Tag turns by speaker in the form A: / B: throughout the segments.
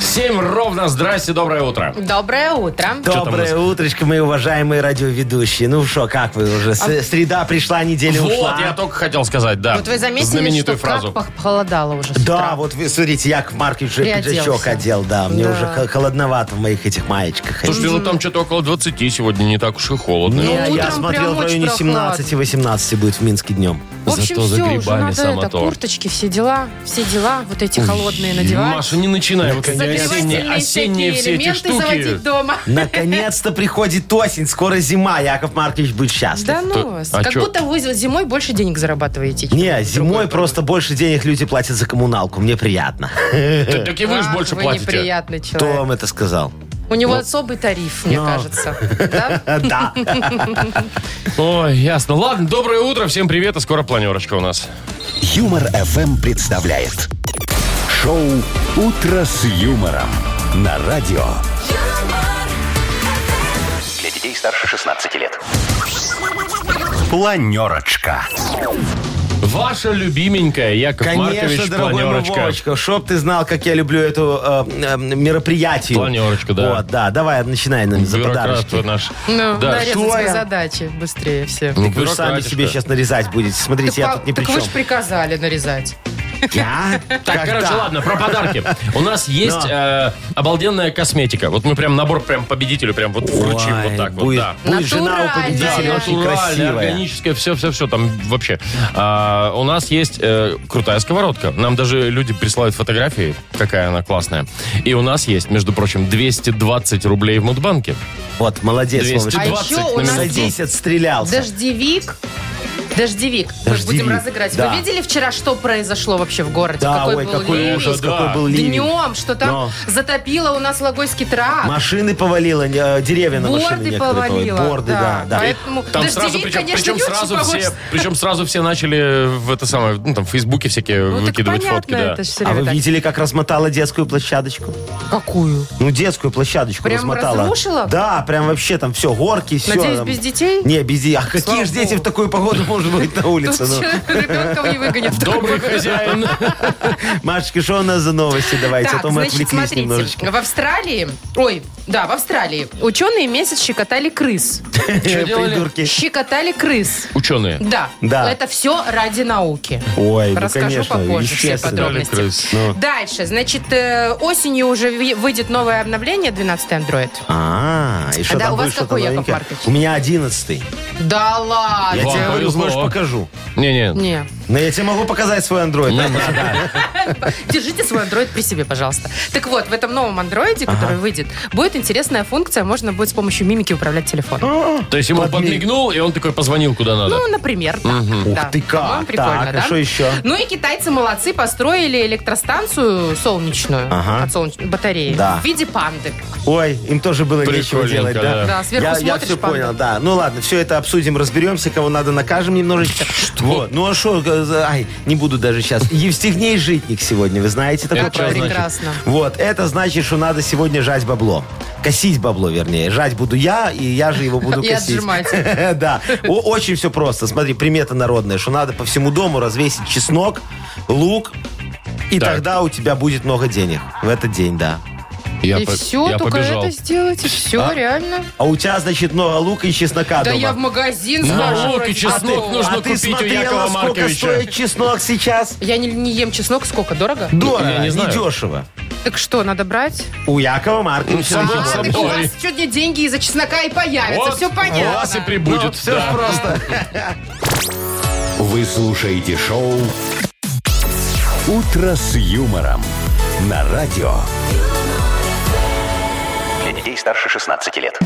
A: 7 ровно. Здрасте, доброе утро.
B: Доброе утро.
A: там у нас?
C: Доброе утречко, мои уважаемые радиоведущие. Ну что, как вы уже? С-
B: А,
C: Среда пришла, неделя
A: вот,
C: ушла.
A: я только хотел сказать, да.
B: Вот вы заметили, что
A: Знаменитую фразу.
B: фразу. как пох- похолодало уже с
C: Да,
B: утра.
C: вот вы смотрите, Яков Маркович уже
B: Приоделся.
C: пиджачок одел, да. Мне
B: Да.
C: уже хо- холодновато в моих этих маечках.
A: Слушайте, ну там что-то около 20 сегодня, не так уж и холодно.
C: Не,
B: Ну, утром
C: я
B: прям
C: смотрел в
B: очень
C: районе
B: прохладно.
C: 17-18 будет в Минске днем.
B: В общем,
A: зато за
B: все, уже
A: грибами
B: надо
A: сама
B: это,
A: то.
B: курточки, все дела, все дела, вот эти холодные надевать.
A: ну, Маша, не начинай. Вот эти осенние,
B: Согревательные
A: осенние
B: всякие
A: все эти
B: элементы
A: штуки.
B: заводить дома.
C: Наконец-то приходит осень, скоро зима. Яков Маркович будет счастлив.
B: Да ну
A: То-
B: вас.
A: а
B: Как
A: чё?
B: будто вы зимой больше денег зарабатываете. чем
C: Не, зимой
B: другой
C: просто больше денег люди платят за коммуналку. Мне приятно.
A: Э, Так так и вы
B: порой.
A: же
B: Ах,
A: больше
B: вы
A: платите.
B: неприятный
C: Кто
B: человек.
C: вам это сказал?
B: У него особый тариф, мне
C: Ну.
B: кажется. Да?
C: Э, Да.
A: Ой, ясно. Ладно, доброе утро, всем привет, и скоро планерочка у нас.
D: Юмор ФМ представляет. Шоу «Утро с юмором» на радио. Для детей старше 16 лет. Планерочка.
A: Ваша любименькая Яков
C: Конечно,
A: Маркович
C: дорогой мой
A: планерочка.
C: Вовочка, чтоб ты знал, как я люблю эту э, э, мероприятие.
A: Планерочку, да.
C: Вот, да, давай, начинай нам за
A: Бюрократ
C: подарочки.
A: вы наш.
B: Ну,
A: Да,
C: что
B: нарезать
C: я?
B: задачи быстрее все.
A: Ну,
C: Вы же сами
A: бюрократишка.
C: себе сейчас нарезать будете. Смотрите, я
B: Так,
C: тут ни при
B: так вы
C: чем.
B: же приказали нарезать.
C: Я?
A: Так,
C: Когда?
A: короче, ладно, про подарки. У нас есть
C: Но.
A: э, обалденная косметика. Вот мы прям набор прям победителю прям вот вручим
C: Ой,
A: вот так вот,
C: будет-
A: да.
C: Будет жена у
B: Натуральная.
C: победителя
B: Да,
C: очень
A: Натуральная,
C: красивая.
A: органическое, все-все-все, там вообще. А, у нас есть э, крутая сковородка. Нам даже люди присылают фотографии, какая она классная. И у нас есть, между прочим, 220 рублей в Мудбанке.
C: Вот, молодец,
A: 220
C: Вовочка.
B: А еще у
A: на
B: нас
A: минуту.
C: Садись, отстрелялся.
B: Дождевик. Дождевик. Мы же будем
C: Дождевик,
B: разыграть.
C: да.
B: Вы видели вчера, что произошло вообще в городе?
C: Да,
B: какой
C: ой,
B: был
C: какой
B: ливень?
C: ужас,
A: Да.
C: какой был ливень.
B: Днем, что там
C: Но.
B: затопило у нас Логойский тракт.
C: Машины повалило, э, деревья на машины
B: Борды
C: некоторые повалили.
B: повалило.
C: Борды, да, да.
B: Поэтому
A: Там
B: дождевик,
A: сразу, причем,
B: конечно,
A: причем
B: не очень
A: сразу
B: помог.
A: все, причем сразу все начали в это самое, ну там в Фейсбуке всякие
B: Ну, так
A: выкидывать
B: понятно,
A: фотки, да.
B: это ж всё
C: А
B: время
C: вы
B: так.
C: видели, как размотала детскую площадочку?
B: Какую?
C: Ну, детскую площадочку
B: Прям
C: размотала.
B: разрушила?
C: Да, прям вообще там все, горки, все.
B: Надеюсь, без детей?
C: Не, без детей. А какие же
B: Богу.
C: дети в такую погоду может быть на
B: Тут
C: улице? ну?
B: ребенка не выгонят.
A: Добрый хозяин.
C: Машечка, что у нас за новости? Давайте, а
B: Так,
C: то мы
B: значит,
C: отвлеклись
B: смотрите,
C: немножечко.
B: в Австралии, ой, да, в Австралии ученые месяц щекотали крыс.
A: Что делали?
C: Придурки.
B: Щекотали крыс.
A: Ученые.
B: Да.
C: Да.
B: Это все ради науки.
C: Ой, ну,
B: Расскажу
C: конечно,
B: попозже все
C: естественно.
B: подробности.
A: Щекотали крыс.
C: Ну.
B: Дальше, значит, э, осенью уже ви- выйдет новое обновление 12 Android.
C: А, и что
B: Да,
C: там
B: у вас
C: вышло-то
B: какой, Яков
C: новенькое?
B: Маркович?
C: У меня одиннадцатый.
B: Да
C: Я
B: ладно.
A: Вам
C: тебе говорю,
A: повезло.
C: хочешь, покажу.
A: Не-не.
B: Не.
C: Но я тебе могу показать свой андроид.
A: Не
C: Да, да.
B: Держите свой Android при себе, пожалуйста. Так вот, в этом новом Android, который выйдет, будет интересная функция, можно будет с помощью мимики управлять телефоном.
A: То есть ему
C: Подмиг.
A: подмигнул, и он такой позвонил куда надо.
B: Ну, например, так. да.
C: Ух ты как.
B: По-моему, прикольно,
C: Так, а
B: да?
C: что еще?
B: Ну и китайцы молодцы, построили электростанцию солнечную
C: Ага.
B: от солнечной батареи
C: Да.
B: в виде панды.
C: Ой, им тоже было нечего
A: Прикольненько,
C: делать, да?
A: да.
B: Да, сверху
C: я,
B: смотришь,
C: все
B: панда.
C: понял, да. Ну ладно, все это обсудим, разберемся, кого надо, накажем немножечко. Что? Ну а что, ай, не буду даже сейчас. Евстигней Житник сегодня, вы знаете такой
B: Это
C: праздник?
B: прекрасно.
C: Вот, это значит, что надо сегодня жать бабло. Косить бабло, вернее. Жать буду я, и я же его буду
B: И
C: косить.
B: отжимать.
C: Да. О- Очень все просто. Смотри, примета народная, что надо по всему дому развесить чеснок, лук, и
A: Так.
C: тогда у тебя будет много денег. В этот день, да. Ну,
A: Я,
B: и
A: по-
B: все,
A: я
B: только
A: побежал.
B: это сделать, и все, реально.
C: А у тебя, значит, много лука и чеснока
B: Да
C: дома.
B: я в магазин
A: Ну,
B: схожу,
A: лук и
B: ради
A: чеснок
B: такого.
A: нужно
C: А ты
A: купить у Якова
C: смотрела, сколько
A: Марковича.
C: стоит чеснок сейчас?
B: Я не, не ем чеснок, сколько? Дорого?
C: Дорого,
A: я не
C: не
A: знаю.
C: дешево.
B: Так что, надо брать?
C: У Якова Марковича.
A: Ну, само
C: на Якова
B: А,
A: собой.
B: так у
C: Марковича.
B: вас сегодня деньги из-за чеснока и появятся,
A: Вот
B: все понятно. А
A: у вас и
C: Ну,
A: прибудет.
C: все ж
A: да.
C: просто.
D: Вы слушаете шоу «Утро с юмором» на радио. Для детей старше 16 лет.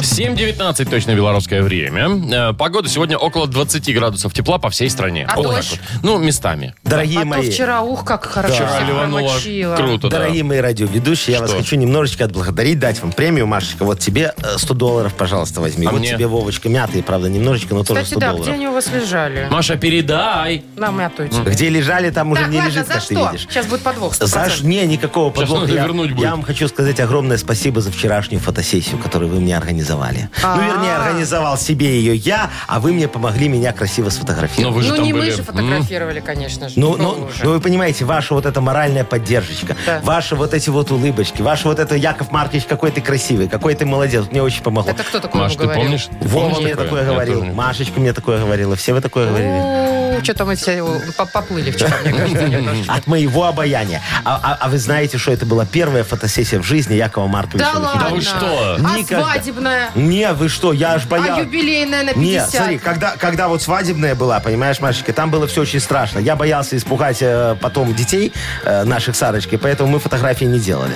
A: 7.19 точно белорусское время. Э, Погода сегодня около 20 градусов тепла по всей стране.
B: А
A: Вот так
B: дождь?
A: вот. Ну, местами.
C: Дорогие
B: а
C: мои.
B: то вчера, ух, как хорошо
A: Вчера
B: всех
A: ливануло
B: промочило.
A: круто, да.
C: А, Дорогие мои радиоведущие, я вас
A: Что?
C: хочу немножечко отблагодарить, дать вам премию, Машечка. Вот тебе э, 100 долларов, пожалуйста, возьми.
A: А
C: вот
A: мне?
C: тебе, Вовочка, мятые, правда, немножечко, но тоже
B: Кстати,
C: 100
B: да, где
C: долларов.
B: они у вас лежали?
A: Маша, передай.
B: На мятую тебе.
C: Где лежали, там уже
B: Так,
C: не
B: ладно,
C: лежит,
B: за
C: как ты
B: что?
C: видишь.
B: Сейчас будет подвох. 100%.
C: Саш, не, никакого
A: Сейчас
C: подвоха.
A: надо
C: Я,
A: вернуть
C: я
A: будет.
C: вам хочу сказать огромное спасибо за вчерашнюю фотосессию, которую вы мне организовали. Ну, вернее,
B: А.
C: организовал себе ее я, а вы мне помогли меня красиво
A: Но
C: сфотографировать.
A: вы же
B: ну,
A: там
B: не
A: были.
B: мы же фотографировали, конечно же.
C: Ну,
B: Кто
C: ну,
B: уже?
C: ну, вы понимаете, ваша вот эта моральная поддержечка,
B: Да.
C: ваши вот эти вот улыбочки, ваш вот это Яков Маркович, какой ты красивый, какой ты молодец, мне очень помогло.
B: Это кто такой
A: Маш, ты
B: говорил?
A: помнишь? Ты
C: Вова
A: помнишь
C: мне такое говорил,
A: Я тоже не-
C: Машечка мне такое говорила, все вы такое говорили.
B: Что-то мы все э, по- поплыли вчера, мне кажется, немножечко.
C: От моего обаяния. А, а- а вы знаете, что это была первая фотосессия в жизни Якова Марковича?
B: Да
C: Нахимовича?
B: ладно.
A: вы что?
B: А
C: Никогда.
B: свадебная?
C: Не, вы что, я аж боялся.
B: А юбилейная на
C: Нет,
B: 50?
C: смотри, когда, когда вот свадебная была, понимаешь, Машечка, там было все очень страшно. Я боялся испугать э, потом детей э, наших Сарочки, поэтому мы фотографии не делали.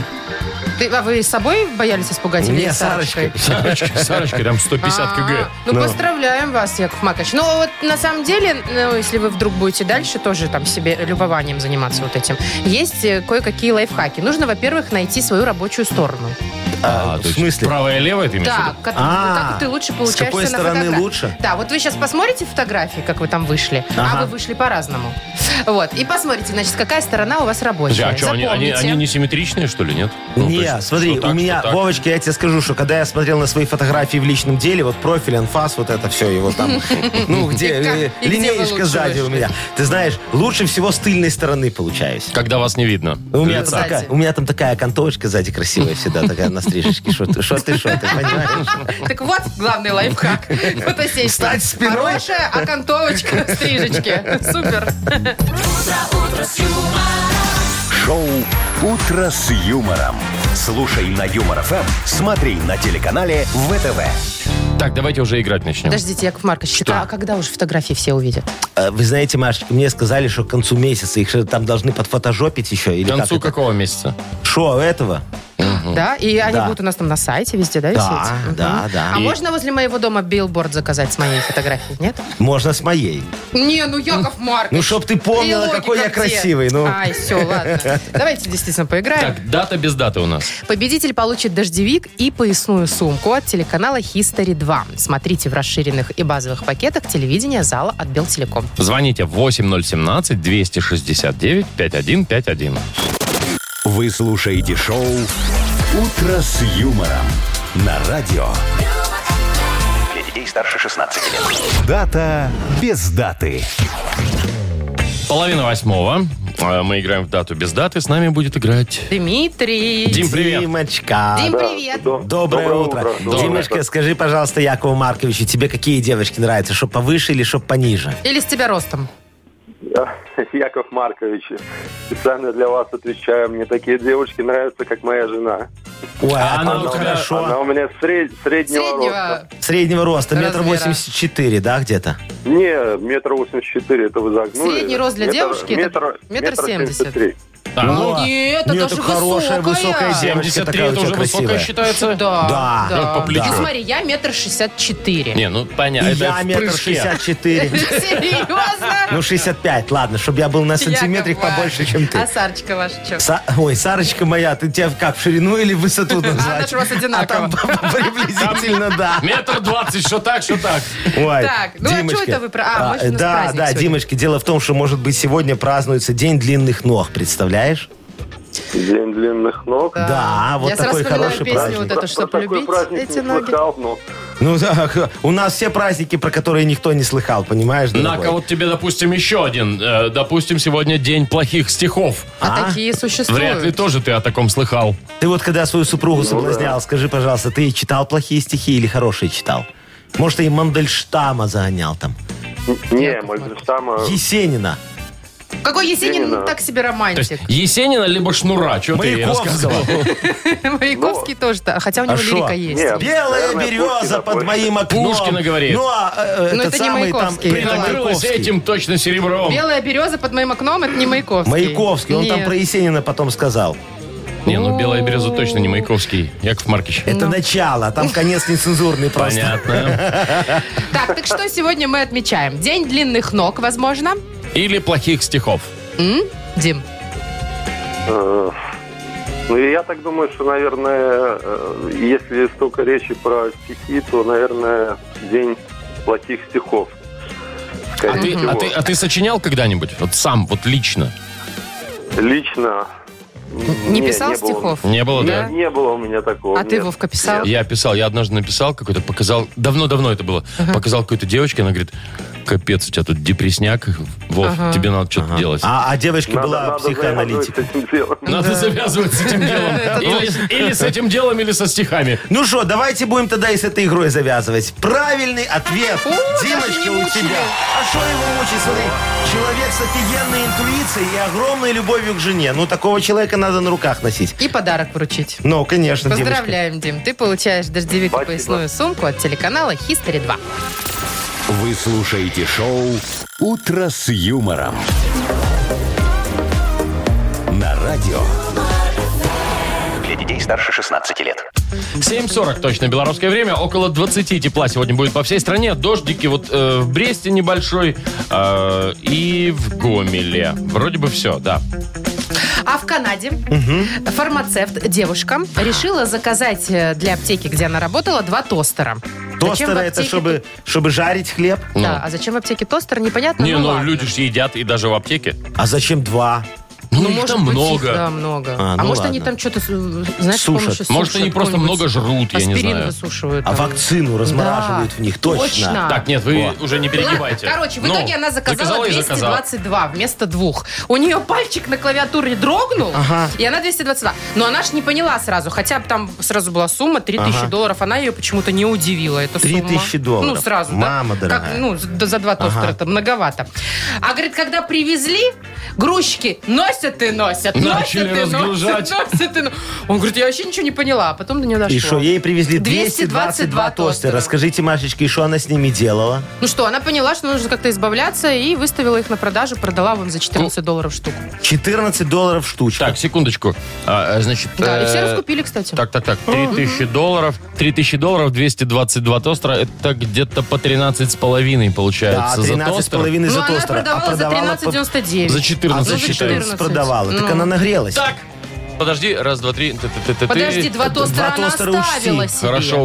B: Ты- а вы с собой боялись испугать или
C: Не,
B: с Сарочкой?
A: Сарочка, Сарочка, там 150 кг.
B: А, Ну, поздравляем вас, Яков Макович. Но вот на самом деле, ну, если вы вдруг будете дальше тоже там себе любованием заниматься вот этим, есть э, кое-какие лайфхаки. Нужно, во-первых, найти свою рабочую сторону.
C: А,
A: А,
C: в
A: то есть
C: смысле?
A: Правая и левая, ты имеешь в
B: Да,
A: виду?
B: как, ну,
C: А,
B: как ты лучше
C: с
B: получаешься
C: какой
B: на
C: стороны
B: фотографии.
C: лучше?
B: Да, вот вы сейчас посмотрите фотографии, как вы там вышли,
C: Ага.
B: а вы вышли по-разному. Вот, и посмотрите, значит, какая сторона у вас
A: Подожди,
B: рабочая.
A: А что, они, они,
B: Запомните.
A: они несимметричные, что ли, нет? Ну, то
C: Не,
A: есть,
C: смотри,
A: что так,
C: у меня,
A: что так.
C: Вовочка, я тебе скажу, что когда я смотрел на свои фотографии в личном деле, вот профиль, анфас, вот это все его там, ну где,
B: И как-
C: э,
B: и где вы лучше
C: линеечка сзади у
B: вышли?
C: меня. Ты знаешь, лучше всего с тыльной стороны получаюсь.
A: Когда вас не видно.
C: У меня,
B: Лица.
C: там такая, у меня там такая окантовочка сзади красивая всегда, такая на стрижечке. Что ты, что ты, шо ты, понимаешь?
B: Так вот, главный лайфхак. Фотосессия.
C: Встать спиной.
B: Хорошая окантовочка в стрижечке. Супер.
D: Шоу «Утро с юмором». Слушай на Юмор ФМ, смотри на телеканале ВТВ.
A: Так, давайте уже играть начнем.
B: Подождите, Яков Маркович,
A: Что?
B: а когда уже фотографии все увидят?
C: Э, Вы знаете, Машечка, мне сказали, что к концу месяца их же там должны подфотожопить еще. Или
A: К концу
C: как
A: какого месяца?
C: это? Шо, этого?
B: Да? И они
C: Да.
B: будут у нас там на сайте везде, да,
C: Да,
B: висеть? Мгм.
C: да, да.
B: А
C: И-
B: можно возле моего дома билборд заказать с моей фотографией, нет?
C: Можно с моей.
B: Не, ну Яков Маркович.
C: Ну, чтоб ты помнила,
B: И логика
C: какой я
B: где?
C: красивый, ну.
B: Ай, все, ладно. Давайте действительно поиграем.
A: Так, дата без даты у нас.
B: Победитель получит дождевик и поясную сумку от телеканала History 2. Смотрите в расширенных и базовых пакетах телевидения зала от Белтелеком.
A: Звоните 8017-269-5151.
D: Вы слушаете шоу «Утро с юмором» на радио. Для детей старше 16 лет. Дата без даты.
A: Половина восьмого. Э, Мы играем в дату без даты. С нами будет играть...
B: Дмитрий.
A: Дим, привет.
C: Димочка.
B: Дим, привет.
C: Доброе, утро. Димочка, скажи, пожалуйста, Якову Марковичу, тебе какие девочки нравятся? Чтоб повыше или чтоб пониже?
B: Или с тебя ростом.
E: Яков Маркович, специально для вас отвечаю. Мне такие девочки нравятся, как моя жена.
C: Ой,
A: А она
C: это
A: у тебя-
C: хорошо.
E: Она у меня сред- среднего, роста.
B: Среднего.
C: Среднего роста, метр
B: Размера.
C: восемьдесят четыре, да, где-то?
E: Не, метр восемьдесят четыре, это вы загнули.
B: Средний рост для
E: Метр-
B: девушки это
E: метр,
B: метр семьдесят.
E: 73.
A: Так,
C: Ну,
A: ну,
C: О,
B: нет, это
C: нет,
B: же
C: так хорошая,
B: высокая.
C: высокая девочка.
A: 73
C: такая у
A: это
C: тебя
A: уже высокая
C: красивая.
A: считается?
B: Да.
C: Да.
A: Вот по плечу.
B: Ну, смотри, я метр шестьдесят четыре.
A: Не, ну понятно.
C: И
A: это
C: я
A: в
C: метр
A: прыжке.
C: шестьдесят четыре.
B: Серьезно?
C: Ну, 65, ладно, чтобы я был на сантиметрик
B: Яков
C: побольше,
B: Маркович.
C: чем ты.
B: А Сарочка ваша что?
C: Са- Ой, Сарочка моя, ты тебя как, в ширину или в высоту назвать?
B: она ж у вас одинакова.
C: А там приблизительно, да.
A: Метр двадцать, что так, что так.
C: Ой,
B: Так, ну а чё
C: Димочка.
B: это вы про- а, может, у нас
C: Да,
B: праздник
C: да,
B: сегодня.
C: Димочка, дело в том, что, может быть, сегодня празднуется День длинных ног, представляешь?
E: День длинных ног.
C: Да, вот
B: Я сразу
C: такой
B: вспоминаю
C: хороший
B: песню
C: праздник.
B: вот эту, что
E: Про такой
B: полюбить
E: праздник
B: эти
E: не
B: ноги.
E: слыхал, ну.
C: Ну, да, у нас все праздники, про которые никто не слыхал, понимаешь,
A: На-ка,
C: дорогой?
A: вот тебе, допустим, еще один. Э, Допустим, сегодня день плохих стихов.
B: А,
C: А?
B: такие существуют.
A: Вряд ли тоже ты о таком слыхал.
C: Ты вот когда свою
A: Ну
C: супругу соблазнял, скажи, пожалуйста, ты читал плохие стихи или хорошие читал? Может, ты и Мандельштама загонял там?
E: Не, Мальдельштама...
A: Э.
C: Есенина?
B: Какой Есенин
E: Есенина.
B: так себе
A: То есть
B: романтик.
A: Есенина либо Шнура, что Ну, ты ей рассказывал?
C: Маяковского?
B: Маяковский тоже, да. Хотя у
C: А
B: него
C: шо?
B: лирика есть.
E: Не,
C: Белая
E: Наверное,
C: береза
E: Пушкина
C: под
E: больше.
C: моим окном.
A: Пушкина говорит.
C: Ну, а э,
B: Но
C: этот
B: это не
C: самый там...
B: Маяковский.
C: Прин-
B: Ну, ладно.
A: Накрылась
C: Маяковский.
A: этим точно серебром.
B: Белая береза под моим окном, это не Маяковский.
C: Маяковский, он там
B: Нет.
C: про Есенина потом сказал.
A: Не, ну белая береза точно не Маяковский. Яков Маркич.
B: Ну.
C: Это начало, там конец нецензурный просто.
A: Понятно.
B: Так, так что сегодня мы отмечаем? День длинных ног, возможно.
A: Или плохих стихов.
B: Дим,
E: Э, Ну, и я так думаю, что, наверное, э, если столько речи про стихи, то, наверное, день плохих стихов.
A: А ты, а ты- а ты сочинял когда-нибудь? Вот сам, вот лично.
E: Лично...
B: не
E: не
B: писал
E: было.
B: стихов?
A: Не было, да?
E: Не было у меня такого.
B: А ты,
E: нет.
B: Вовка, писал?
E: Нет.
A: Я писал, я однажды написал какой-то, показал, давно-давно это было, показал какой-то девочке, она говорит, капец, у тебя тут депресняк, Вов, тебе надо что-то делать.
C: А, а девочка
E: Надо-
C: была
E: надо
C: психоаналитик.
E: завязывать с этим делом.
A: Надо завязывать с этим делом. Или, или с этим делом, или со стихами.
C: Ну что, давайте будем тогда и с этой игрой завязывать. Правильный ответ.
B: О, даже не
C: Димочка, у
B: мучили.
C: тебя. А что его мучить? Смотри, человек с офигенной интуицией и огромной любовью к жене. Ну, такого человека надо на руках носить.
B: И подарок вручить.
C: Ну, конечно, Димочка.
B: Поздравляем, Дим. Ты получаешь дождевик и
E: Спасибо.
B: поясную сумку от телеканала History 2.
D: Вы слушаете шоу «Утро с юмором». На радио.
F: Для детей старше 16 лет.
A: 7.40 точно белорусское время. Около 20 тепла сегодня будет по всей стране. Дождики вот э, в Бресте небольшой э, и в Гомеле. Вроде бы все, да.
B: А в Канаде фармацевт, девушка, решила заказать э, для аптеки, где она работала, два тостера. Зачем в
C: Тостер это
B: аптеке-
C: чтобы, Ну. чтобы жарить хлеб.
B: Да, а зачем в аптеке тостер, непонятно.
A: Не, ну
B: ладно.
A: люди же едят и даже в аптеке.
C: А зачем два?
A: Ну,
B: Ну,
A: их
B: может
A: там
B: быть,
A: много.
B: их, да, много.
C: А,
B: А,
C: ну
B: может,
C: ладно.
B: они там что-то, знаешь, с
C: Сушат.
B: помощью
A: Может, они
B: сушат
A: просто
B: какой-нибудь
A: много жрут, я не
B: аспирин
A: знаю.
B: высушивают.
C: А
B: там.
C: вакцину размораживают в них, точно.
B: точно.
A: Так, нет, вы уже не перегибайте.
B: Ладно, короче, в
A: Ну,
B: итоге она заказала
A: и заказала.
B: 222 вместо двух. У нее пальчик на клавиатуре дрогнул, и она 222. Но она ж не поняла сразу, хотя бы там сразу была сумма 3000 долларов, она ее почему-то не удивила, эта
C: 3000
B: сумма.
C: долларов.
B: Ну, сразу, да.
C: Мама
B: Как,
C: дорогая.
B: ну, за за два тостера это многовато. А, говорит, когда привезли, грузчики носят и носят,
A: Начали
B: носят и
A: разгружать.
B: носят, носят и носят. Он говорит, я вообще ничего не поняла, а потом до нее дошло.
C: И что, ей привезли
B: 222
C: 222 тостера.
B: тостера.
C: Скажите, Машечка, и что она с ними делала?
B: Ну что, она поняла, что нужно как-то избавляться и выставила их на продажу, продала вам за 14 долларов штуку.
C: 14 долларов штучка.
A: Так, секундочку. А, а, значит,
B: Да, и все
A: э,
B: раскупили, кстати.
A: Так, так, так. 3000 долларов. 3000 долларов, 222 тостера. Это где-то по 13,5
C: да,
A: получается за
C: 13,5
A: тостер.
B: ну,
C: за
B: она
C: тостер.
B: продавала, за
C: по-
B: 13,99.
A: За 14
C: А за
A: считается.
C: 14 продавала. Так
B: Ну.
C: она нагрелась.
A: Так, подожди. Раз, два, три. Ты-ты-ты-ты-ты.
B: Подожди, два тостера она
C: тостера
B: оставила
C: учти.
B: себе. А
A: Хорошо,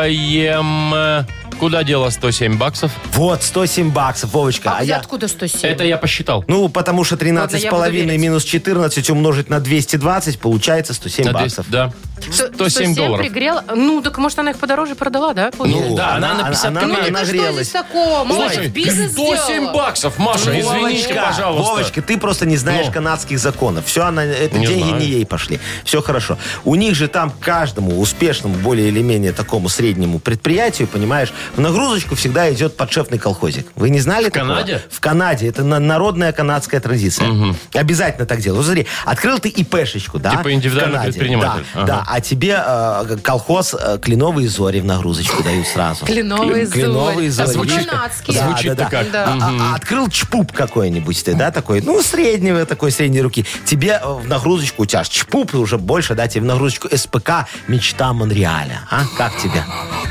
A: учитываем... э, Куда дело 107 баксов?
C: Вот, 107 баксов, Вовочка.
B: А,
C: А,
B: ты
C: я...
B: откуда 107?
A: Это я посчитал.
C: Ну, потому что 13,5
B: Ладно, я буду верить.
C: минус 14 умножить на 220 получается 107
A: На 200,
C: баксов.
A: Да.
B: Сто-
A: 107 долларов.
B: пригрела? Ну, так может она их подороже продала, да? получается?
A: Ну, да, она на 50
C: она,
B: ну
C: она
B: так а что здесь
C: нагрелась.
B: такого? Молодец,
A: Слушай,
B: бизнес
A: 107
B: сделала.
A: баксов, Маша, извините,
C: Вовочка,
A: пожалуйста.
C: Вовочка, ты просто не знаешь
A: Ну.
C: канадских законов. Все, она, это
A: Не
C: деньги
A: знаю.
C: не ей пошли. Все хорошо. У них же там каждому успешному, более или менее такому среднему предприятию, понимаешь, в нагрузочку всегда идет подшефный колхозик. Вы не знали В
A: Канаде?
C: В Канаде. Это на- народная канадская традиция. Обязательно так делают. Вот смотри, открыл ты ИПшечку, да?
A: Типа индивидуальный
C: в Канаде.
A: предприниматель.
C: Да,
A: Ага.
C: да. а тебе э, колхоз э, кленовые зори в нагрузочку дают сразу.
B: Кленовые зори.
C: Кленовые
B: А
C: зори.
A: звучит-
B: канадские.
A: Да, звучит-то
C: да, да.
A: как.
B: Да.
C: А- а- а открыл чпуп какой-нибудь ты, да, такой, ну, среднего, такой средней руки. Тебе э, в нагрузочку, у тебя ж чпуп и уже больше, да, тебе в нагрузочку СПК «Мечта Монреаля». А, как тебе?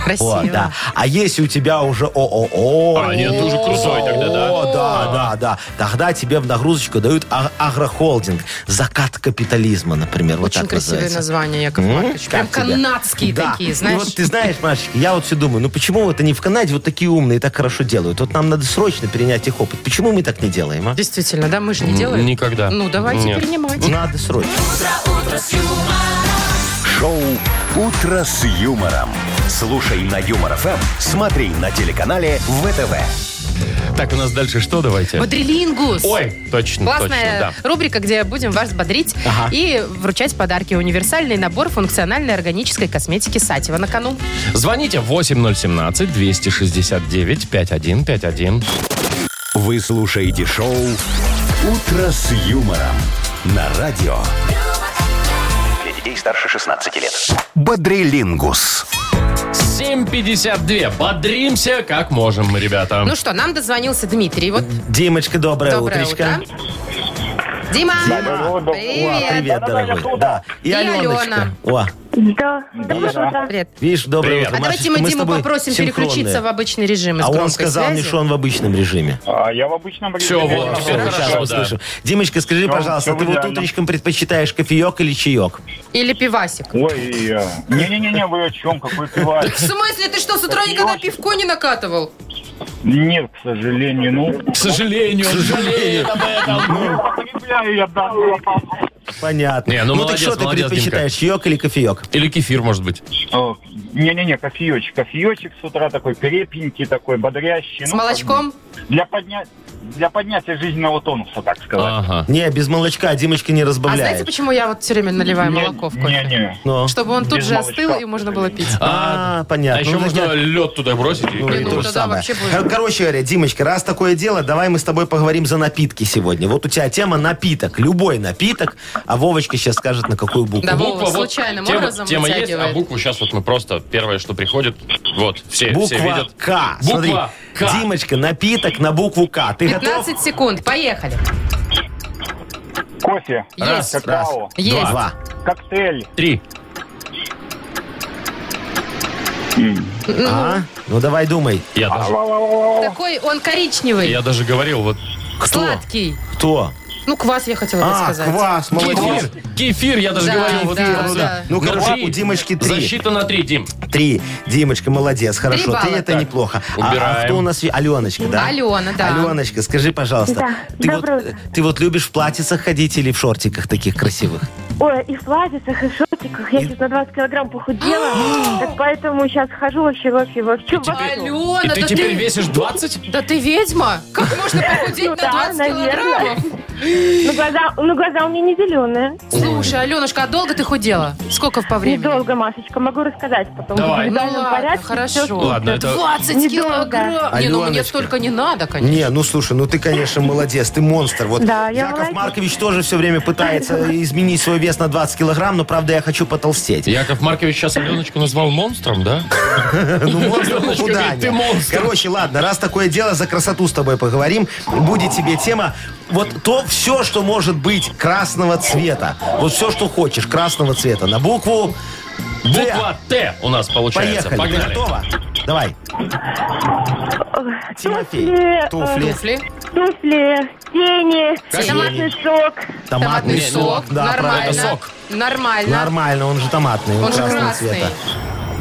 B: Красиво.
C: Вот, да. А если у тебя уже ООО...
A: А, нет, ты уже крутой тогда, да?
C: О, да, да, да. Тогда тебе в нагрузочку дают а- агрохолдинг. Закат капитализма, например. вот
B: Очень
C: так
B: красивые
C: называется.
B: названия, Яков
C: М?
B: Маркович. Прям
C: Как тебе?
B: канадские
C: Да.
B: такие, знаешь.
C: И вот ты знаешь, Машечка, я вот все думаю, ну почему вот они в Канаде вот такие умные так хорошо делают? Вот нам надо срочно перенять их опыт. Почему мы так не делаем, а?
B: Действительно, да, мы же не делаем.
A: никогда.
B: Ну, давайте
A: Нет.
B: принимать.
C: Надо срочно.
D: Шоу «Утро с юмором». Слушай на Юмор ФМ, смотри на телеканале ВТВ.
A: Так, у нас дальше что давайте?
B: Бодрилингус.
A: Ой, точно,
B: Классная
A: точно, да.
B: рубрика, где будем вас бодрить и вручать подарки. Универсальный набор функциональной органической косметики Сатева на кону.
A: Звоните 8017-269-5151.
D: Вы слушаете шоу «Утро с юмором» на радио
F: Для детей старше 16 лет.
D: «Бодрилингус».
A: 7.52. Бодримся как можем мы, ребята.
B: Ну что, нам дозвонился Дмитрий. Вот
C: Демочка, доброе,
B: доброе
C: Э, утречко.
B: утро. Дима,
E: Доброе утро.
C: О,
B: привет.
C: привет, дорогой. Да. И,
B: И
C: Аленочка.
B: Алена.
C: О,
G: Да, доброе утро.
B: Привет.
C: видишь, доброе
A: Привет.
C: утро,
B: А давайте
C: Машечка,
B: мы
C: с
B: Диму
C: тобой
B: попросим
C: синхронные.
B: переключиться в обычный режим из
C: А он
B: громкой
C: сказал
B: связи.
C: мне, что он в обычном режиме.
H: А я в обычном
A: Всё,
H: режиме.
A: вот,
H: Я не
A: всё
H: могу.
A: хорошо.
C: Сейчас услышим. Димочка, скажи,
H: Всё,
C: пожалуйста,
H: всё
C: ты вот
H: идеально.
C: утречком предпочитаешь кофеек или чаек?
B: Или пивасик.
H: Ой, э, не-не-не, вы о чем? Какой пивас?
B: В смысле? Ты что, с утра никогда пивко не накатывал?
H: Нет, к сожалению, ну...
A: К сожалению, он жалеет об этом.
H: Потребляю я данный вопрос.
C: Понятно.
A: Не, ну
C: так
A: молодец,
C: что ты
A: молодец,
C: предпочитаешь, чаек или кофеек?
A: Или кефир, может быть.
H: О, Не-не-не, кофеечек. Кофеечек с утра такой крепенький, такой бодрящий.
B: С
H: Ну,
B: молочком?
H: как бы Для, подня... для поднятия жизненного тонуса,
A: А.
H: так сказать.
A: Ага.
C: Не, без молочка Димочка не
B: А знаете,
C: разбавляет.
B: почему я вот все время наливаю молоко в кофе?
H: Не-не.
C: Ну.
B: Чтобы он тут
H: Без
B: же остыл
H: молочка.
B: и можно было пить.
C: А, понятно.
A: А еще
C: Ну,
A: можно
C: тогда-
A: лед туда бросить. и-
C: Ну, и
B: ну,
C: то
B: тогда
C: же самое.
B: вообще будет.
C: Короче говоря, Димочка, раз такое дело, давай мы с тобой поговорим за напитки сегодня. Вот у тебя тема напиток, любой напиток, а Вовочка сейчас скажет, на какую букву.
B: Да,
A: Буква
B: Вова
A: вот
B: случайным
A: тема-
B: образом
A: тема есть,
B: вытягивает.
A: а букву сейчас вот мы просто первое, что приходит, вот все, все
C: Буква
A: видят.
C: К.
A: Буква
C: Смотри,
A: К.
C: Димочка, напиток на букву К. Ты готов?
B: 15 секунд, поехали.
H: Кофе,
B: Есть.
H: какао,
B: Есть.
C: Два.
H: коктейль.
A: Три.
C: А? Ну давай думай.
A: Я даже,
B: Такой он коричневый,
A: я даже говорил вот.
B: сладкий.
C: Кто?
B: Ну, квас я хотела бы
C: А,
B: сказать.
C: квас, молодец.
A: Кефир, кефир, я даже
B: Да,
A: говорил вот.
B: да,
A: вот
B: да.
A: сюда.
C: Ну,
A: На
C: короче,
A: три.
C: у Димочки три.
A: Защита на три, Дим.
C: Три. Димочка, молодец, хорошо. Ты
B: балла.
C: это
A: Так,
C: неплохо. А- А,
A: убираем.
C: кто у нас? Аленочка, да?
B: Алена, да.
C: Аленочка, скажи, пожалуйста,
G: Да,
C: ты, вот,
G: доброе утро.
C: ты вот любишь в платьицах ходить или в шортиках таких красивых?
G: Ой, и в платьицах, и в шортиках. Я сейчас на 20 килограмм похудела. так поэтому сейчас хожу вообще, вообще, вообще. в ванну.
A: И
B: Алена,
A: ты
B: да
A: теперь
B: ты...
A: весишь 20?
B: Да ты ведьма? Как можно похудеть на
G: Ну да,
B: 20
G: наверное.
B: килограммов?
G: Ну, глаза, ну, глаза у меня не зеленые.
B: Слушай, Аленушка, а долго ты худела? Сколько по времени?
G: Недолго, Машечка, могу рассказать потом.
A: Давай.
G: В индивидуальном
B: Ну ладно,
G: порядке.
B: хорошо.
G: Всё.
A: Ладно, это...
B: 20
G: Недолго.
B: килограмм. Не, ну мне
C: Аленочка.
B: столько не надо, конечно.
C: Не, ну слушай, ну ты, конечно, молодец, ты монстр. Вот
G: Да, я
C: Яков
G: молодец.
C: Маркович тоже все время пытается изменить свой вес на 20 килограмм, но правда я хочу потолстеть.
A: Яков Маркович сейчас Аленочку назвал монстром, да?
C: Ну, монстр
A: Леночка
C: похудания.
A: говорит, ты монстр.
C: Короче, ладно, раз такое дело, за красоту с тобой поговорим. Будет тебе тема. Вот то все, что может быть красного цвета. Вот все, что хочешь, красного цвета. На букву Д.
A: Буква Т у нас получается.
C: Поехали. Ты
A: Погнали.
C: готова? Давай. Тимофей.
G: Туфли,
C: Туфли.
B: Туфли.
G: Туфли, тени,
B: Тени.
G: томатный сок.
B: Томатный
C: Томатный
A: Не, ну
C: сок.
B: сок.
C: Да,
B: Нормально.
C: правильно.
A: Это сок.
B: Нормально.
C: Нормально, он же томатный, он,
B: Он же
C: красного
B: красный.
C: цвета.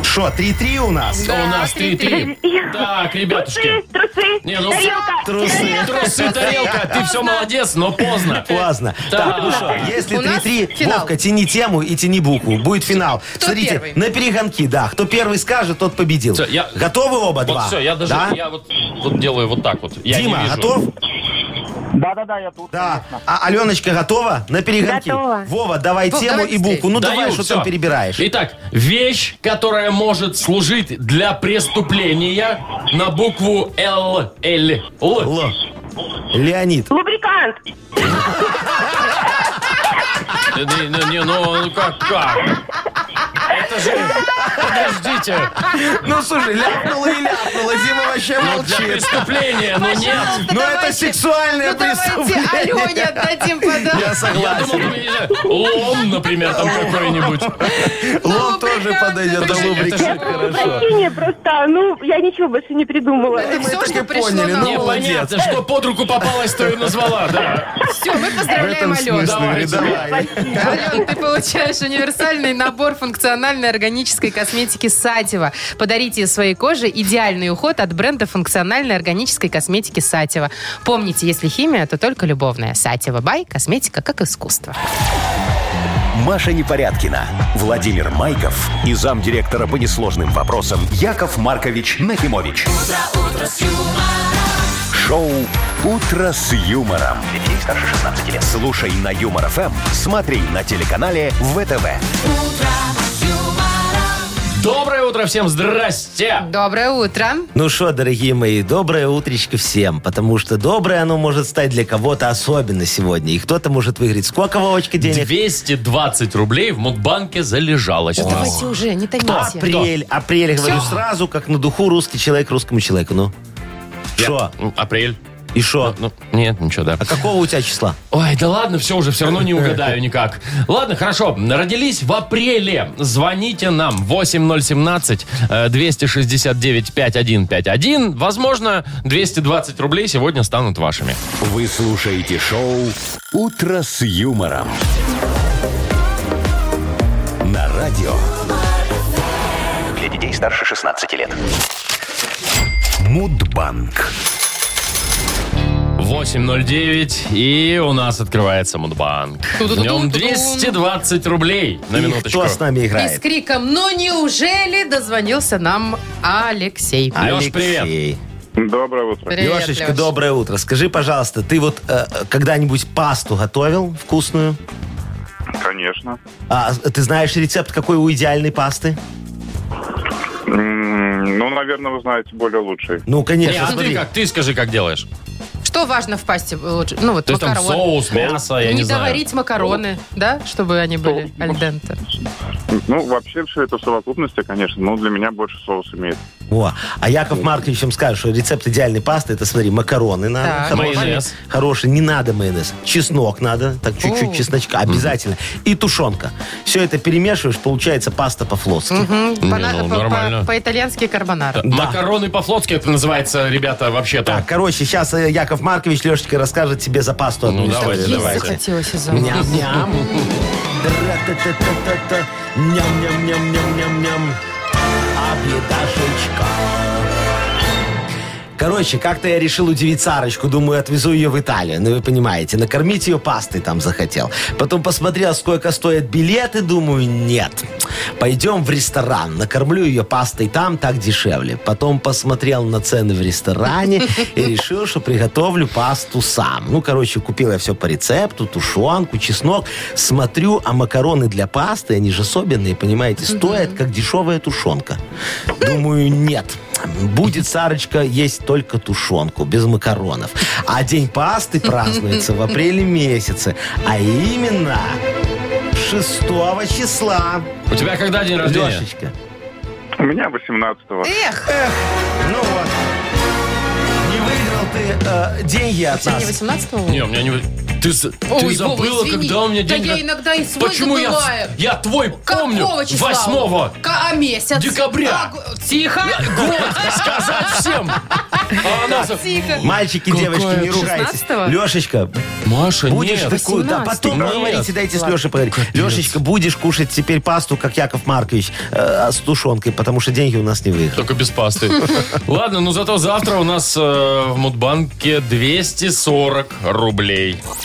C: Шо, 3-3 у нас?
A: У нас
B: три, три.
A: 3-3. Так, ребятушки.
G: Трусы, трусы,
A: Не, ну-
G: тарелка.
C: Трусы.
A: Трусы, тарелка, ты все молодец, но поздно.
C: Поздно.
A: Так.
C: Так, ну что, если
B: У нас
C: 3-3,
B: финал.
C: Вовка, тяни тему и тяни букву. Будет финал.
B: Кто
C: Смотрите,
B: первый?
C: на перегонки, да. Кто первый скажет, тот победил.
A: Всё, я-
C: Готовы оба
A: Вот
C: два?
A: все, я даже
C: Да?
A: я вот, вот делаю вот так вот. Я не
C: Дима, а
A: вижу.
C: готов?
H: Да-да-да, я тут.
C: Да. А Аленочка готова на перегонки?
G: Готова.
C: Вова, давай
B: Вов,
C: тему
B: давай
C: и букву. Ну
A: Даю,
C: давай, что
A: всё.
C: ты перебираешь.
A: Итак, вещь, которая может служить для преступления на букву Л. Л. Л.
C: Л. Леонид.
G: Лубрикант.
A: Э, Не, не, не, ну ну как, как? Это же... Подождите.
C: Ну слушай, ляпнула и ляпнула. Дима вообще
A: Ну для
C: молчит.
A: преступления, ну нет.
C: Ну это
B: давайте.
C: сексуальное
B: Ну давайте
C: преступление.
B: Алене отдадим
A: Я
B: подарок.
C: Я
A: думал,
C: согласен.
A: там, не знаю, лом, например, там какой-нибудь.
C: Лом тоже
B: Лубрикант,
C: подойдет. Да,
A: это же- это
C: лубрикант,
A: же-
C: хорошо.
G: Прощение просто, ну, я ничего больше не придумала.
B: Это все,
C: так и
B: что пришло
C: поняли,
B: на
C: ну,
B: ум.
C: молодец.
A: Непонятно, что под руку попалось, то и назвала, да.
B: Все, мы
C: В
B: поздравляем
C: этом
B: Алену.
A: Давай,
C: смысле. давай.
B: Ален, ты получаешь универсальный набор функциональной органической косметики Сатева. Подарите своей коже идеальный уход от бренда функциональной органической косметики Сатева. Помните, если химия, то только любовная. Сатева Бай. Косметика как искусство.
D: Маша Непорядкина, Владимир Майков и замдиректора по несложным вопросам Яков Маркович Нахимович. Шоу Утро с юмором. Детей старше 16 лет. Слушай на юмор ФМ, смотри на телеканале ВТВ.
A: Доброе утро всем, здрасте.
B: Доброе утро.
C: Ну что, дорогие мои, доброе утречко всем, потому что доброе оно может стать для кого-то особенно сегодня, и кто-то может выиграть. Сколько, Вовочка, денег?
A: 220 рублей в Мудбанке залежалось. у нас.
B: Давайте уже, не томите.
C: Апрель, апрель, говорю сразу, как на духу русский человек русскому человеку, ну. Что?
A: Ну, Апрель.
C: И что?
A: Ну, нет, ничего, да.
C: А какого у тебя числа?
A: Ой, да ладно, все уже, все равно не угадаю никак. Ладно, хорошо, родились в апреле. Звоните нам э, 8017-269-5151. Возможно, 220 рублей сегодня станут вашими.
D: Вы слушаете шоу «Утро с юмором». На радио
F: Для детей старше 16 лет.
D: Мудбанк.
A: 8.09, и у нас открывается Мудбанк. В нем 220 рублей на
C: И
A: минуточку.
C: Кто с нами
B: И с
C: играет?
B: криком «Ну неужели?» дозвонился нам Алексей.
A: Леш, привет.
C: Алексей.
H: Доброе утро.
B: Привет,
C: Лешечка,
B: Леш.
C: доброе утро. Скажи, пожалуйста, ты вот э, когда-нибудь пасту готовил вкусную?
H: Конечно.
C: А, ты знаешь рецепт какой у идеальной пасты?
H: М, Ну, наверное, вы знаете более лучший.
C: Ну,
A: Не,
C: конечно,
A: а ты
C: смотри.
A: как? Ты скажи, как делаешь.
B: Что важно в пасте лучше? Ну вот
A: То есть там
B: макароны.
A: соус, мясо, я не,
B: не
A: знаю.
B: доварить макароны, да, чтобы они были
H: Соус.
B: альденте.
H: Ну, вообще все это в совокупности, конечно, но для меня больше соус имеет.
C: Во. А Яков Маркович вам скажет, что рецепт идеальной пасты, это, смотри, макароны надо.
B: Так.
C: хорошие,
A: Майонез.
C: Хорошие, не надо майонез. Чеснок надо, так чуть-чуть
B: О.
C: чесночка, обязательно. И тушенка. Все это перемешиваешь, получается паста по-флотски.
A: ну, нормально.
B: По-итальянски карбонара.
A: Макароны по-флотски это называется, ребята, вообще-то.
C: Так, короче, сейчас Яков Маркович, Лешечка, расскажет тебе за пасту одну
A: Ну, давайте,
C: историю.
A: давайте.
B: Есть
A: давайте.
B: захотелось из-за вас.
C: Ням-ням. Тра-та-та-та-та-та. Ням-ням-ням-ням-ням-ням. А Обедашечка. Короче, как-то я решил удивить Сарочку. Думаю, отвезу ее в Италию. Ну, вы понимаете, накормить ее пастой там захотел. Потом посмотрел, сколько стоят билеты. Думаю, нет. Пойдем в ресторан. Накормлю ее пастой там, так дешевле. Потом посмотрел на цены в ресторане и решил, что приготовлю пасту сам. Ну, короче, купил я все по рецепту, тушенку, чеснок. Смотрю, а макароны для пасты, они же особенные, понимаете, стоят, как дешевая тушенка. Думаю, нет. Будет Сарочка есть только тушенку, без макаронов. А день пасты празднуется в апреле месяце. А именно 6 числа.
A: У тебя когда день рождения?
C: Лешечка.
H: У меня 18-го.
B: Эх,
C: Ну вот. Не выиграл ты э, деньги от
B: сегодня
C: нас.
B: 18 го
A: Не, у меня не... вы- Ты, з-
B: Ой,
A: ты
B: Вова,
A: забыла,
B: извини.
A: когда у меня
B: Да
A: день...
B: я
A: ра-
B: иногда и свой
A: Почему я,
B: забываю.
A: я твой помню?
B: Какого числа?
A: 8
B: Ка- а месяц?
A: декабря.
B: А г- тихо.
A: Год сказать всем. А она за-
B: Тихо.
C: Мальчики,
A: Какое?
C: девочки, не ругайтесь.
B: 16-го?
C: Лешечка,
A: Маша,
C: будешь
A: нет.
C: такую... Да,
B: 18-го.
C: потом
A: Нет.
C: говорите, дайте с Лешей поговорить. Лешечка, будешь кушать теперь пасту, как Яков Маркович, э, с тушенкой, потому что деньги у нас не выиграл.
A: Только без пасты. Ладно, ну зато завтра у нас э, в Мудбанке 240 рублей.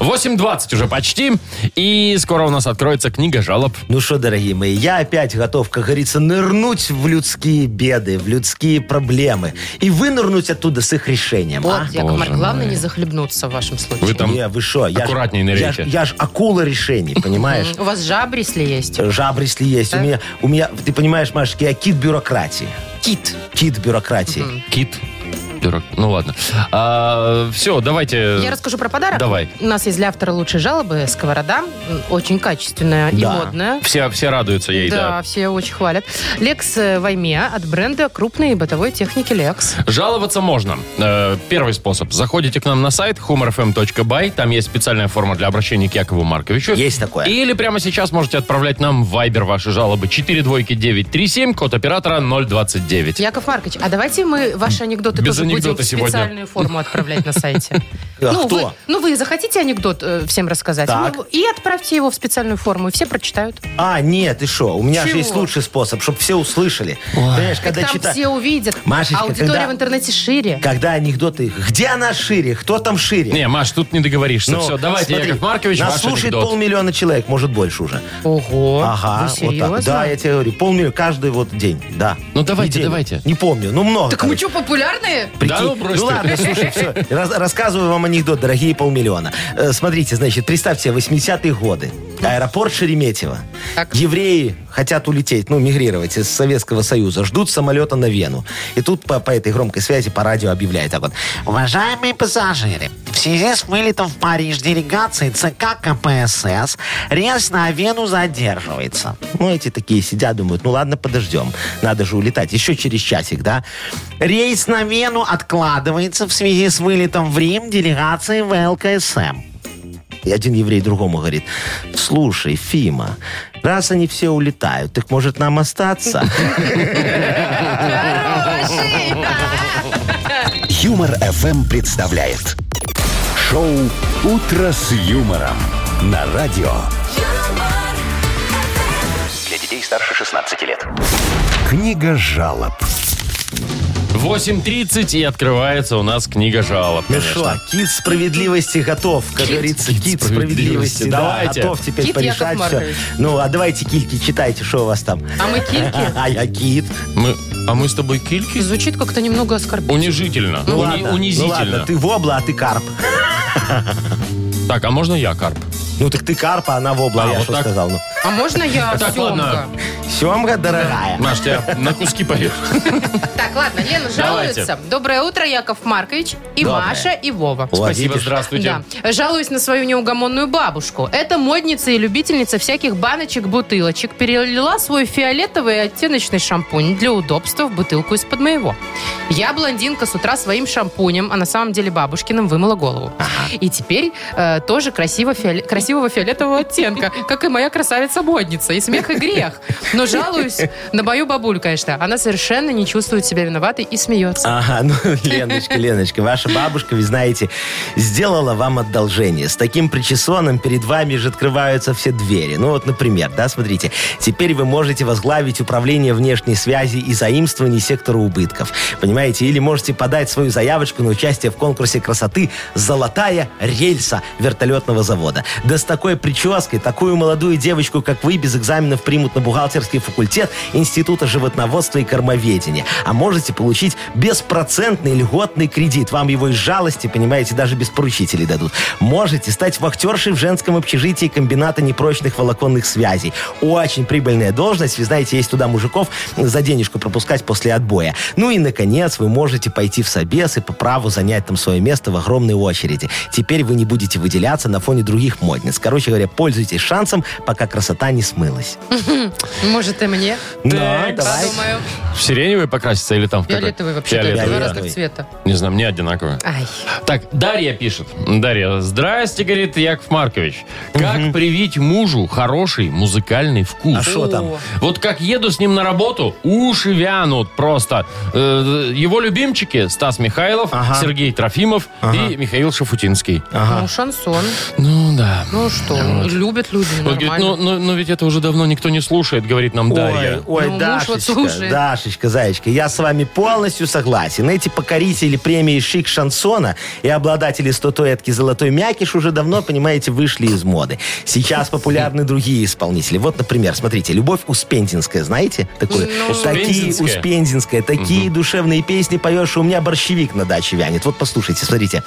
A: 8.20 уже почти. И скоро у нас откроется книга жалоб.
C: Ну что, дорогие мои, я опять готов, как говорится, нырнуть в людские беды, в людские проблемы и вынырнуть оттуда с их решением. а?
B: Вот, Яков
A: Боже
B: Марк, главное
A: мой.
B: не захлебнуться в вашем случае.
A: Вы там-
C: Не, вы что? Я ж-
A: аккуратней
C: я
A: ныряйте.
C: ж- Я же акула решений, понимаешь?
B: У вас жабрь, если есть.
C: Жабр, если есть. У меня, у меня, ты понимаешь, Машечка, я кит бюрократии.
B: Кит.
C: Кит бюрократии.
A: Кит. Дурак. Ну ладно. все, давайте.
B: Я расскажу про подарок.
A: Э, Давай.
B: У нас есть для автора лучшей жалобы сковорода. М, Очень качественная и
C: Да.
B: модная.
A: Все, все радуются ей,
B: да,
A: да.
B: все очень хвалят. Лекс э, Ваймеа от бренда крупной бытовой техники Лекс.
A: Жаловаться можно. Э, Первый способ. Заходите к нам на сайт humorfm.by. Там есть специальная форма для обращения к Якову Марковичу.
C: Есть такое.
A: Или прямо сейчас можете отправлять нам в Viber ваши жалобы. 42937, код оператора 029.
B: Яков Маркович, а давайте мы ваши анекдоты
A: Без
B: тоже будем
A: анекдота
B: в
A: сегодня.
B: специальную форму отправлять на сайте.
C: А
B: Ну,
C: кто?
B: вы- Ну, вы захотите анекдот э, всем рассказать?
C: Так.
B: Ну, И отправьте его в специальную форму, и все прочитают.
C: А, нет, ты что? У меня же
B: Чего?
C: есть лучший способ, чтобы все услышали. Понимаешь,
B: Так
C: когда
B: там
C: чита-
B: все увидят.
C: Машечка,
B: а аудитория
C: когда-
B: в интернете шире.
C: Когда анекдоты... Где она шире? Кто там шире?
A: Не, Маш, тут не договоришься.
C: Ну,
A: Все, давайте,
C: смотри,
A: Яков Маркович,
C: Нас
A: ваш
C: слушает
A: анекдот.
C: полмиллиона человек, может, больше уже.
B: Ого,
C: Ага,
B: вы
C: вот
B: серьезно?
C: так. Да, я тебе говорю, полмиллиона каждый вот день, да.
A: Ну, давайте,
C: Неделю.
A: давайте.
C: Не помню, ну много.
B: Так мы
C: короче.
B: что, популярные?
A: Да ну, брось ты.
C: ладно, слушай, все. рассказываю вам анекдот, дорогие полмиллиона. Э, смотрите, значит, представьте, 80-е годы. Аэропорт Шереметьево.
B: Так.
C: Евреи хотят улететь, ну, мигрировать из Советского Союза. Ждут самолета на Вену. И тут по, по этой громкой связи по радио объявляет так вот. Уважаемые пассажиры, в
I: связи с вылетом в Париж делегации ЦК КПСС рейс на Вену задерживается.
C: Ну, эти такие сидят, думают, ну ладно, подождем. Надо же улетать. Еще через часик, да?
I: Рейс на Вену откладывается в связи с вылетом в Рим делегации ВЛКСМ.
C: И один еврей другому говорит, слушай, Фима, раз они все улетают, так может нам остаться?
D: Юмор FM представляет шоу Утро с юмором на радио.
F: Для детей старше 16 лет.
D: Книга жалоб.
A: 8.30 и открывается у нас книга жалоб.
C: Ну
A: конечно.
C: что, кит справедливости готов, как говорится,
A: кит
C: кит,
A: справедливости.
C: справедливости,
A: Давайте.
C: да, готов теперь
B: Кит Яков
C: порешать все.
B: Маркович.
C: Ну, а давайте кильки читайте, что у вас там.
B: А мы кильки?
C: А я кит.
A: Мы, а мы с тобой кильки?
B: Звучит как-то немного оскорбительно.
A: Унижительно.
C: Ну,
A: Уни-
C: ладно,
A: унизительно.
C: Ну, ладно, ты вобла, а ты карп.
A: Так, а можно я, Карп?
C: Ну, так ты карп, а она вобла,
A: А,
C: я
A: вот
C: что
A: так?
C: сказал. Ну.
B: А можно я
A: Так,
B: съемка?
A: ладно.
C: Семга дорогая.
A: Маш, тебя на куски порежу.
B: Так, ладно, Лена
A: Давайте.
B: жалуется. Доброе утро, Яков Маркович, и
C: Доброе.
B: Маша, и Вова.
C: О,
A: Спасибо,
C: видишь?
A: здравствуйте.
B: Да. Жалуюсь на свою неугомонную бабушку. Эта модница и любительница всяких баночек, бутылочек перелила свой фиолетовый оттеночный шампунь для удобства в бутылку из-под моего. Я, блондинка, с утра своим шампунем, а на самом деле бабушкиным, вымыла голову. И теперь э, тоже красиво фиоле- красивого фиолетового оттенка, как и моя красавица-модница. И смех, и грех. Но жалуюсь на мою бабулю, конечно. Она совершенно не чувствует себя виноватой и смеется.
C: Ага, ну, Леночка, Леночка, ваша бабушка, вы знаете, сделала вам одолжение. С таким причесоном перед вами же открываются все двери. Ну вот, например, да, смотрите, теперь вы можете возглавить управление внешней связи и заимствований сектора убытков. Понимаете? Или можете подать свою заявочку на участие в конкурсе красоты «Золотая рельса» вертолетного завода. Да с такой прической, такую молодую девочку, как вы, без экзаменов примут на бухгалтерский факультет Института животноводства и кормоведения. А можете получить беспроцентный льготный кредит. Вам его из жалости, понимаете, даже без поручителей дадут. Можете стать вахтершей в женском общежитии комбината непрочных волоконных связей. Очень прибыльная должность. Вы знаете, есть туда мужиков за денежку пропускать после отбоя. Ну и, наконец, вы можете пойти в собес и по праву занять там свое место в огромной очереди. Теперь вы не будете выделяться на фоне других модниц. Короче говоря, пользуйтесь шансом, пока красота не смылась.
A: А.
B: Может, и мне?
C: Да, давай.
B: Подумаю.
A: В сиреневый покраситься или там в какой?
B: Фиолетовый вообще-то.
A: Фиолетовый,
B: Два
C: Фиолетовый.
B: разных цвета.
A: да. Не знаю, мне одинаково.
B: Ай.
A: Так, Дарья пишет. Дарья, здрасте, говорит Яков Маркович. Как привить мужу хороший музыкальный вкус?
C: А что там?
B: О.
A: Вот как еду с ним на работу, уши вянут просто. Э, Его любимчики Стас Михайлов,
C: Ага. А.
A: Сергей Трофимов и Михаил Шафутинский.
B: Ну, шансон.
A: Ну да.
B: Ну что, любят люди,
A: Он говорит,
B: нормально.
A: ну, ну- ну ведь это уже давно никто не слушает, говорит нам Дарья.
C: Ой, ой,
B: Ну, муж
C: Дашечка,
B: вот слушает.
C: Дашечка, зайчка, я с вами полностью согласен. Эти покорители премии «Шик Шансона» и обладатели статуэтки «Золотой мякиш» уже давно, понимаете, вышли из моды. Сейчас популярны другие исполнители. Вот, например, смотрите, «Любовь Успензинская», знаете? Такую? Такие
A: Успензинская?
C: Успензинская, такие душевные песни поешь, и у меня борщевик на даче вянет. Вот послушайте, смотрите.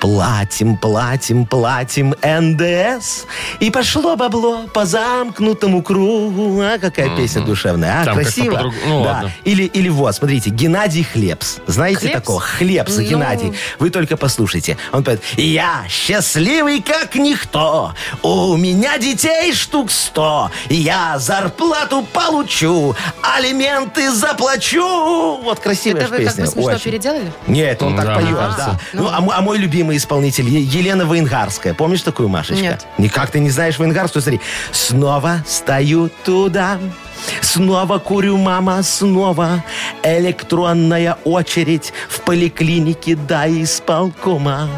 C: Платим, платим, платим НДС, и пошло бабло по замкнутому кругу. А, какая песня душевная, а?
A: Там как-то
C: красиво.
A: по-друг- ну,
C: да.
A: ладно.
C: Или, или вот, смотрите, Геннадий Хлебс. Знаете
B: Хлебс?
C: такого? Хлебс,
B: Ну.
C: Геннадий. Вы только послушайте. Он поет, я счастливый, как никто. У меня детей штук сто. Я зарплату получу, алименты заплачу. Вот красивая
B: Это
C: ж
B: вы как
C: песня.
B: бы смешно
C: очень.
B: переделали?
C: Нет, он так
A: Да,
C: поет,
A: молодцы.
C: да. Ну, а, мо- а мой любимый исполнитель Е- Елена Ваенгарская. Помнишь такую, Машечка?
B: Нет.
C: Никак ты не знаешь Ваенгарскую, смотри. Снова стою туда, снова курю, мама, снова. Электронная очередь в поликлинике, да, исполкома.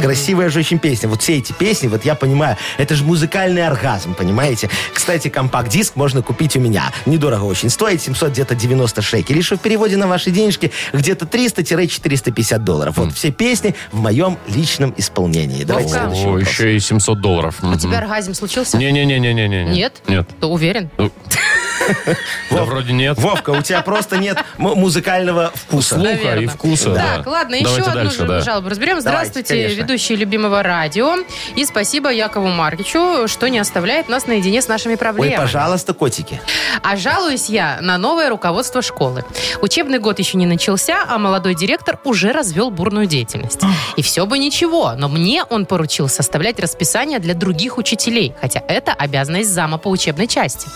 C: Красивая же очень песня. Вот все эти песни, вот я понимаю, это же музыкальный оргазм, понимаете? Кстати, компакт-диск можно купить у меня. Недорого очень. Стоит 700 где-то 90 шекелей, что в переводе на ваши денежки где-то 300-450 долларов. Вот все песни в моем личном исполнении. Давайте
B: Вовка.
C: следующий
A: О,
C: вопрос.
A: еще и 700 долларов.
B: У тебя оргазм случился?
A: Не-не-не-не-не.
B: А Нет?
A: Нет.
B: Ты уверен?
A: Да вроде нет.
C: Вовка, у тебя просто нет м- музыкального вкуса.
A: Слуха
B: Наверно.
A: и вкуса.
B: Так,
A: да.
B: ладно, еще
A: Давайте
B: одну
A: дальше,
B: жалобу
A: да.
B: жалобу разберем.
C: Давайте,
B: Здравствуйте,
C: конечно.
B: ведущий любимого радио. И спасибо Якову Маркичу, что не оставляет нас наедине с нашими
C: Ой,
B: проблемами.
C: пожалуйста, котики.
B: А жалуюсь я на новое руководство школы. Учебный год еще не начался, а молодой директор уже развел бурную деятельность. И все бы ничего, но мне он поручил составлять расписание для других учителей, хотя это обязанность зама по учебной части.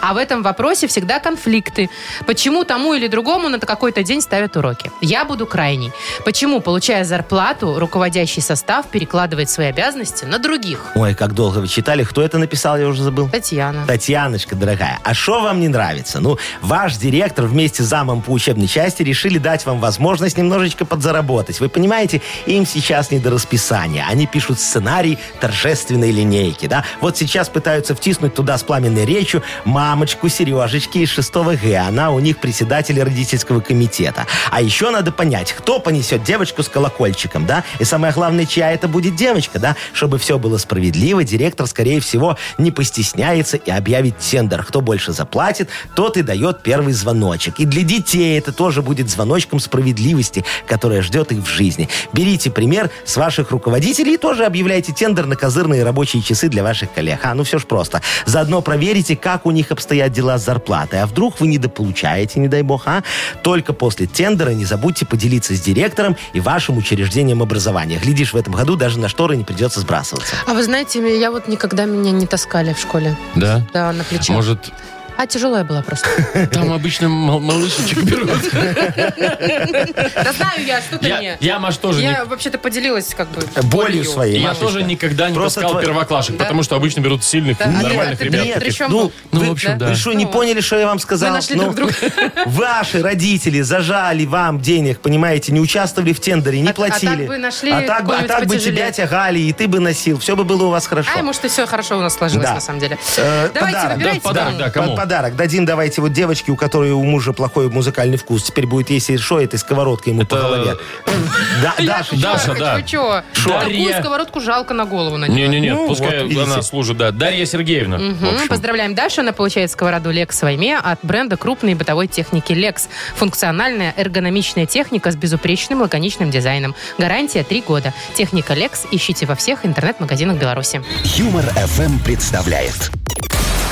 B: А в этом вопросе всегда конфликты. Почему тому или другому на какой-то день ставят уроки? Я буду крайней. Почему, получая зарплату, руководящий состав перекладывает свои обязанности на других?
C: Ой, как долго вы читали. Кто это написал, я уже забыл.
B: Татьяна.
C: Татьяночка, дорогая, а что вам не нравится? Ну, ваш директор вместе с замом по учебной части решили дать вам возможность немножечко подзаработать. Вы понимаете, им сейчас не до расписания. Они пишут сценарий торжественной линейки, да? Вот сейчас пытаются втиснуть туда с пламенной речью мамочку Сережечки из 6 Г. Она у них председатель родительского комитета. А еще надо понять, кто понесет девочку с колокольчиком, да? И самое главное, чья это будет девочка, да? Чтобы все было справедливо, директор, скорее всего, не постесняется и объявит тендер. Кто больше заплатит, тот и дает первый звоночек. И для детей это тоже будет звоночком справедливости, которая ждет их в жизни. Берите пример с ваших руководителей и тоже объявляйте тендер на козырные рабочие часы для ваших коллег. А, ну все ж просто. Заодно проверите, как у них обстоят дела с зарплатой. А вдруг вы недополучаете, не дай бог, а? Только после тендера не забудьте поделиться с директором и вашим учреждением образования. Глядишь, в этом году даже на шторы не придется сбрасываться.
B: А вы знаете, я вот никогда меня не таскали в школе.
A: Да?
B: Да, на плечах.
A: Может,
B: А тяжелая была просто.
A: там обычно мал- малышечек берут.
B: Да знаю я, что ты
A: Я,
B: мне.
A: я Маш, тоже не Э,
B: Я вообще-то поделилась как бы
C: Болью своей.
A: Я
C: Машечка.
A: тоже никогда не
C: Просто
A: таскал
C: твой-
A: первоклашек,
B: Да.
A: потому что обычно берут сильных,
B: Да.
A: нормальных
B: ты
A: ребят.
B: нет,
A: таких.
B: причем был.
C: ну,
A: Ну,
C: вы,
A: в общем,
C: вы
A: да.
C: что, не
B: Ну,
C: поняли, что я вам сказал?
B: Вы нашли
C: Ну,
B: друг друга.
C: Ваши родители зажали вам денег, понимаете, не участвовали в тендере, не
B: А- а так
C: платили.
B: бы нашли
C: А так, бы- а
B: кого-нибудь
C: так бы тебя
B: потяжелее.
C: тягали, и ты бы носил. Все бы было у вас хорошо.
B: Ай, может, и все хорошо у нас сложилось
C: Да.
B: на самом деле.
C: Э,
B: Давайте
C: подарок.
A: Да,
B: выбирайте.
A: подарок,
B: кому.
A: да,
C: Под
A: кому?
C: ну, подарок дадим давайте вот девочке, у которой у мужа плохой музыкальный вкус. Теперь будет, если что, этой сковородкой ему по голове. Да, Дашечка.
A: Да. Даша,
B: Маркович, Вы чё?
A: Шо?
B: Такую
A: Дарья.
B: сковородку жалко на голову надеть.
A: Не-не-не,
C: Ну,
A: пускай
C: вот, видите.
A: она служит, да. Дарья Сергеевна.
B: Мгм.
A: в общем.
B: Поздравляем Дашу. Она получает сковороду Lex Вайме от бренда крупной бытовой техники Lex. Функциональная эргономичная техника с безупречным лаконичным дизайном. Гарантия 3 года. Техника Lex ищите во всех интернет-магазинах Беларуси.
D: Юмор FM представляет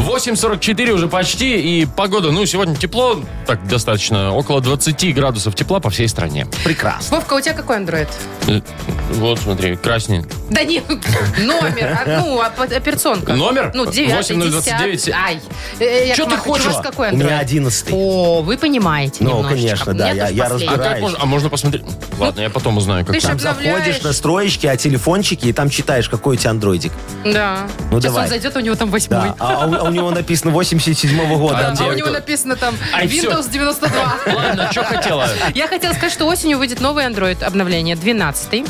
A: 8.44 уже почти, и погода, ну, сегодня тепло, так, достаточно, около 20 градусов тепла по всей стране.
C: Прекрасно.
B: Вовка, у тебя какой андроид?
A: Э, Вот, смотри, красненький.
B: Да нет, номер, а, ну, оп- операционка.
A: Номер?
B: Ну, 9,
A: 8029.
B: 10. Ай, э, Яков
A: Чё ты
B: Маркович,
A: хочешь?
B: у вас какой
C: У меня
B: Android?
C: одиннадцатый.
B: О, вы понимаете
C: Ну,
B: немножечко.
C: конечно, да,
B: Мне
C: я-
B: тоже
C: я
B: последний.
A: А
C: разбираюсь.
A: как можно, а можно посмотреть? Ладно, я потом узнаю, как
B: Ты ж
A: там.
B: обновляешь.
C: Ходишь на строечки, а телефончики, и там читаешь, какой у тебя андроидик.
B: Да.
C: Ну,
B: Сейчас он
C: давай.
B: зайдет, у него там восьмой.
C: Да. А, а у, а у него написано 87-го года.
B: Да, а у
A: Андроид.
B: него написано там
A: Ай, А, всё.
B: Windows 92.
A: Ладно, что хотела?
B: Я хотела сказать, что осенью выйдет новый Android обновление, 12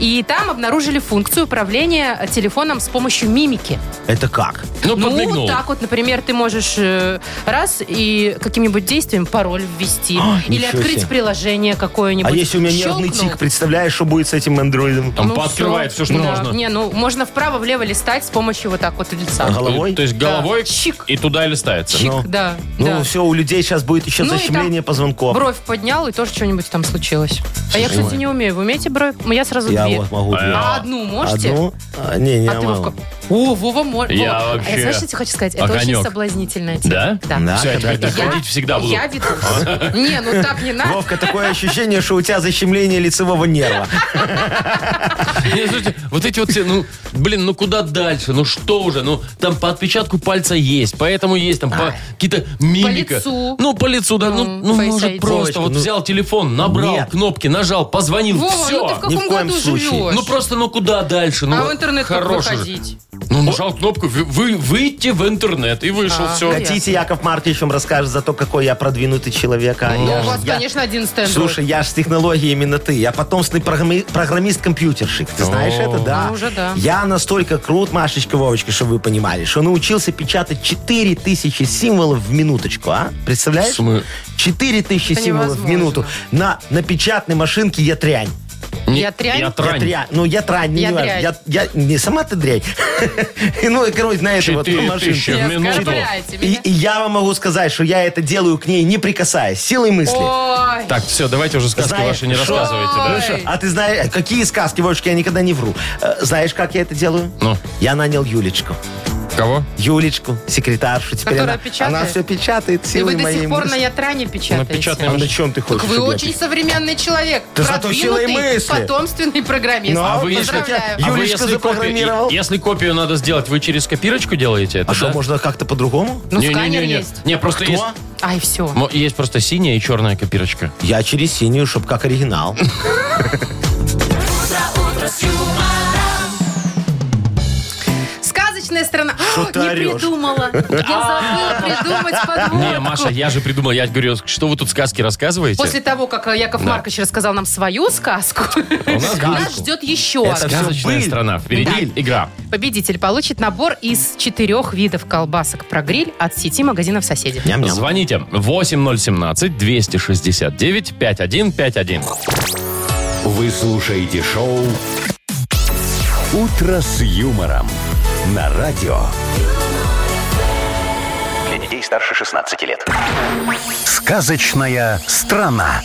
B: И там обнаружили функцию управления телефоном с помощью мимики.
C: Это как?
A: Ну,
B: Ну,
A: подмигнул.
B: так вот, например, ты можешь э, раз и каким-нибудь действием пароль ввести. или
C: А, ничего
B: открыть
C: себе.
B: приложение какое-нибудь.
C: А если у меня нервный
B: Щелкнул.
C: тик, представляешь, что будет с этим андроидом?
A: Там
B: Ну,
A: пооткрывает все, что
B: Да.
A: можно.
B: Не, ну, можно вправо-влево листать с помощью вот так вот лица.
C: Ага. Головой?
A: То есть
B: Да.
A: головой
B: Чик.
A: и туда и листается.
B: Чик,
C: ну.
B: да,
C: Ну,
B: да.
C: все, у людей сейчас будет еще
B: Ну и там
C: защемление позвонков.
B: Бровь поднял, и тоже что-нибудь там случилось. А я, кстати, не умею. Вы умеете бровь? Ну, Я сразу
C: Я
B: две.
C: вот могу. две.
B: А одну можете?
C: Одну? А, не, не
B: А ты,
C: могу.
B: Вовка? О, Вова, может.
A: Я вообще
B: знаешь, что я тебе хочу сказать? Это
A: огонек.
B: очень соблазнительная тема.
A: Да?
B: Да.
C: Да,
A: Все, я
C: когда
A: теперь так
C: это-
A: ходить всегда буду. А?
B: Я ведусь. Не, ну так не надо.
C: Вовка, такое ощущение, что у тебя защемление лицевого нерва.
A: Не, слушайте, вот эти вот все, ну, блин, ну куда дальше? Ну что уже? Ну, там по отпечатку пальца есть, поэтому есть там по- какие-то мимика.
B: лицу.
A: Ну, по лицу, да. Ну,
B: Ну,
A: ну,
B: face
A: может,
B: ID.
A: просто вот
C: Вовочка, ну-
A: взял телефон, набрал
C: Нет.
A: кнопки, нажал, позвонил,
B: Вова,
A: все.
B: ну ты в
C: ни в
B: каком
C: коем
B: году
C: случае.
B: живешь?
A: Ну просто, ну куда дальше? Ну,
B: а в интернет как
A: хороший же.
B: выходить?
A: Ну нажал кнопку, вы, вы- выйти в интернет и вышел,
B: А,
A: все.
B: хотите?
C: Хотите, Яков Маркович вам расскажет за то, какой я продвинутый человек. а
B: Ну,
C: я
B: у
C: ж-
B: вас,
C: я-
B: конечно, один стенд.
C: Слушай, я же с технологией именно ты. Я потомственный программи- программист-компьютерщик. Ты знаешь
A: О.
C: это, да?
B: Ну, уже да.
C: Я настолько крут, Машечка, Вовочка, чтобы вы понимали, что научился печатать 4000 символов в минуточку, а? Представляешь?
A: В смы-
C: 4000
B: Это
C: символов в
B: невозможно.
C: минуту. На, на печатной машинке я трянь.
A: Не-
B: Я трянь?
A: Я трань.
C: Я тря- Ну, я трань, не
B: Я
C: важно.
B: дрянь.
C: Я, я- не сама ты дрянь. И, Ну, и, короче, на это вот
A: Четыре тысячи.
C: машинку.
B: Не
A: в минуту.
B: оскорбляйте
C: И,
B: меня.
C: и я вам могу сказать, что я это делаю к ней, не прикасаясь, силой мысли.
B: Ой,
A: Так, все, давайте уже сказки
C: Знаешь,
A: ваши не
C: что?
A: рассказывайте, да?
C: Ну что, а ты знаешь, какие сказки, Вовчик, я никогда не вру. Э, Знаешь, как я это делаю?
A: Ну.
C: Я нанял Юлечку.
A: Кого?
C: Юлечку, секретаршу. Теперь
B: Которая
C: она,
B: печатает?
C: она все печатает
B: и
C: силой
B: вы до
C: моей
B: сих пор на
C: мысли.
B: Ятране печатаете.
A: печатной
C: А на чем ты хочешь?
B: Так вы
C: чтобы я
B: очень современный человек.
C: Да зато сила и
B: продвинутый
C: мысли.
B: потомственный программист.
C: Ну, а вы
A: если-
B: Поздравляю.
A: А вы,
C: Юлечка
A: если, копию,
C: запрограммировал.
A: если копию надо сделать, вы через копирочку делаете это,
C: А что,
A: да?
C: можно как-то по-другому?
B: Ну,
A: Не-не-не-не.
B: сканер есть.
A: Не, просто есть,
C: Кто?
B: Ай, все.
A: мо- есть просто синяя и черная копирочка.
C: Я через синюю, чтобы как оригинал.
B: Сказочная страна.
C: Что
B: О,
C: ты
B: не
C: орешь?
B: придумала. Я забыла придумать подводку.
A: Не, Маша, я же придумал, я говорю, что вы тут сказки рассказываете?
B: После того, как э, Яков Маркович рассказал нам свою сказку,
C: А
A: нас
B: нас
A: сказку.
B: ждет еще.
C: Это всё
A: Сказочная
C: быль.
A: страна. Впереди
C: Быль.
A: игра.
B: Победитель получит набор из четырех видов колбасок про гриль от сети магазинов соседей.
C: Ням-ням.
A: Звоните 8017-269-5151.
D: Вы слушаете шоу «Утро с юмором» на радио.
F: Для детей старше 16 лет.
D: Сказочная страна.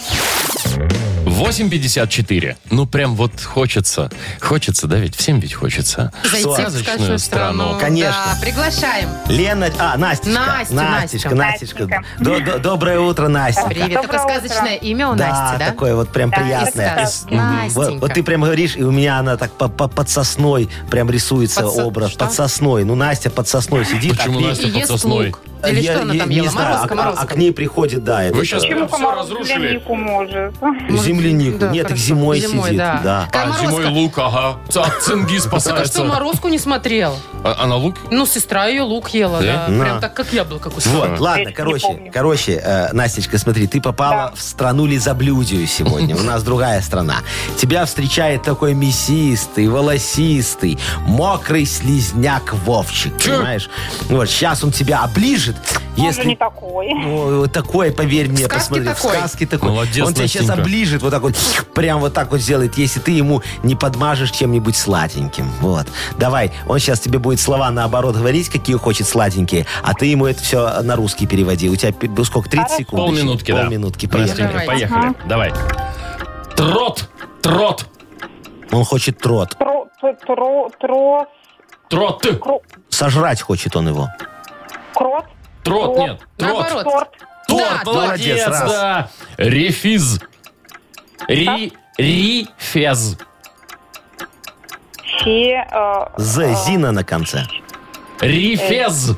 A: 8.54. Ну, прям вот хочется. Хочется, да, ведь? Всем ведь хочется.
B: Зайти в
A: Сказочную
B: сказочную
A: страну.
B: страну.
C: Конечно.
B: Да, приглашаем.
C: Лена, а, Настечка.
B: Настя,
C: Настечка,
G: Настя.
C: Настечка. До- до- Доброе утро, Настя.
B: Привет. Только
G: Доброе утро.
B: сказочное имя у
C: да,
B: Насти, да?
C: такое вот прям
G: Да,
C: приятное.
B: Рассказ.
C: Мгм. Вот,
B: Настенька.
C: вот ты прям говоришь, и у меня она так по- по- под сосной прям рисуется
B: Под со-
C: образ.
B: что?
C: Под сосной. Ну, Настя под сосной сидит.
A: Почему
C: а к ней-
A: Настя?
B: И
A: под
B: ест
A: сосной.
B: лук. Или
C: Я-
B: что она
C: я
B: там
C: не
B: ела?
C: знаю, а-
B: Морозка,
C: а, а
B: морозка.
C: к ней приходит, да. это-
A: Вы сейчас
G: Почему
A: все
G: комар
A: разрушили.
G: землянику может?
B: Может,
C: Землянику.
B: да,
C: Нет, так
B: хорошо.
C: зимой,
B: Зимой,
C: сидит.
B: да.
C: Да.
B: Какая
A: А,
B: морозка?
A: зимой лук, ага. От цинги
B: Так а что,
A: спасается.
B: морозку не смотрел?
A: А она лук?
B: Ну, сестра ее лук ела, да.
A: Да?
B: Прям
C: На.
B: так, как яблоко кусала.
C: Вот, ладно,
G: не
C: короче,
G: помню.
C: короче, э, Настечка, смотри, ты попала в страну лизоблюдию сегодня. У нас другая страна. Тебя встречает такой мясистый, волосистый, мокрый слизняк Вовчик, понимаешь? Вот, сейчас он тебя оближет,
G: Если... не
C: если...
G: такой.
C: Ой, вот такое, поверь мне,
B: сказке
C: посмотри,
B: такой.
C: в сказке такой.
A: Молодец,
C: он тебя сейчас
A: Настенька.
C: оближет, вот так вот, прям вот так вот сделает, если ты ему не подмажешь чем-нибудь сладеньким. Вот. Давай, он сейчас тебе будет слова наоборот говорить, какие хочет сладенькие, а ты ему это все на русский переводи. У тебя пи- ну, сколько, 30
G: Хорошо.
C: секунд? еще?
A: Полминутки, да.
C: Полминутки,
A: Настенька,
C: поехали.
B: Давайте.
A: поехали. Давай. Трот, трот,
C: Он хочет трот.
G: Тро, тро, тро, тро,
A: трот,
G: кро,
C: Сожрать хочет он его.
G: крот,
A: трот, нет, трот.
B: Наоборот.
G: торт,
A: Торт,
B: Да,
A: молодец,
C: молодец, раз.
A: да. Рефиз. Ри, рифез.
G: фе, э,
B: А.
C: З, Зина на конце.
A: Рифез.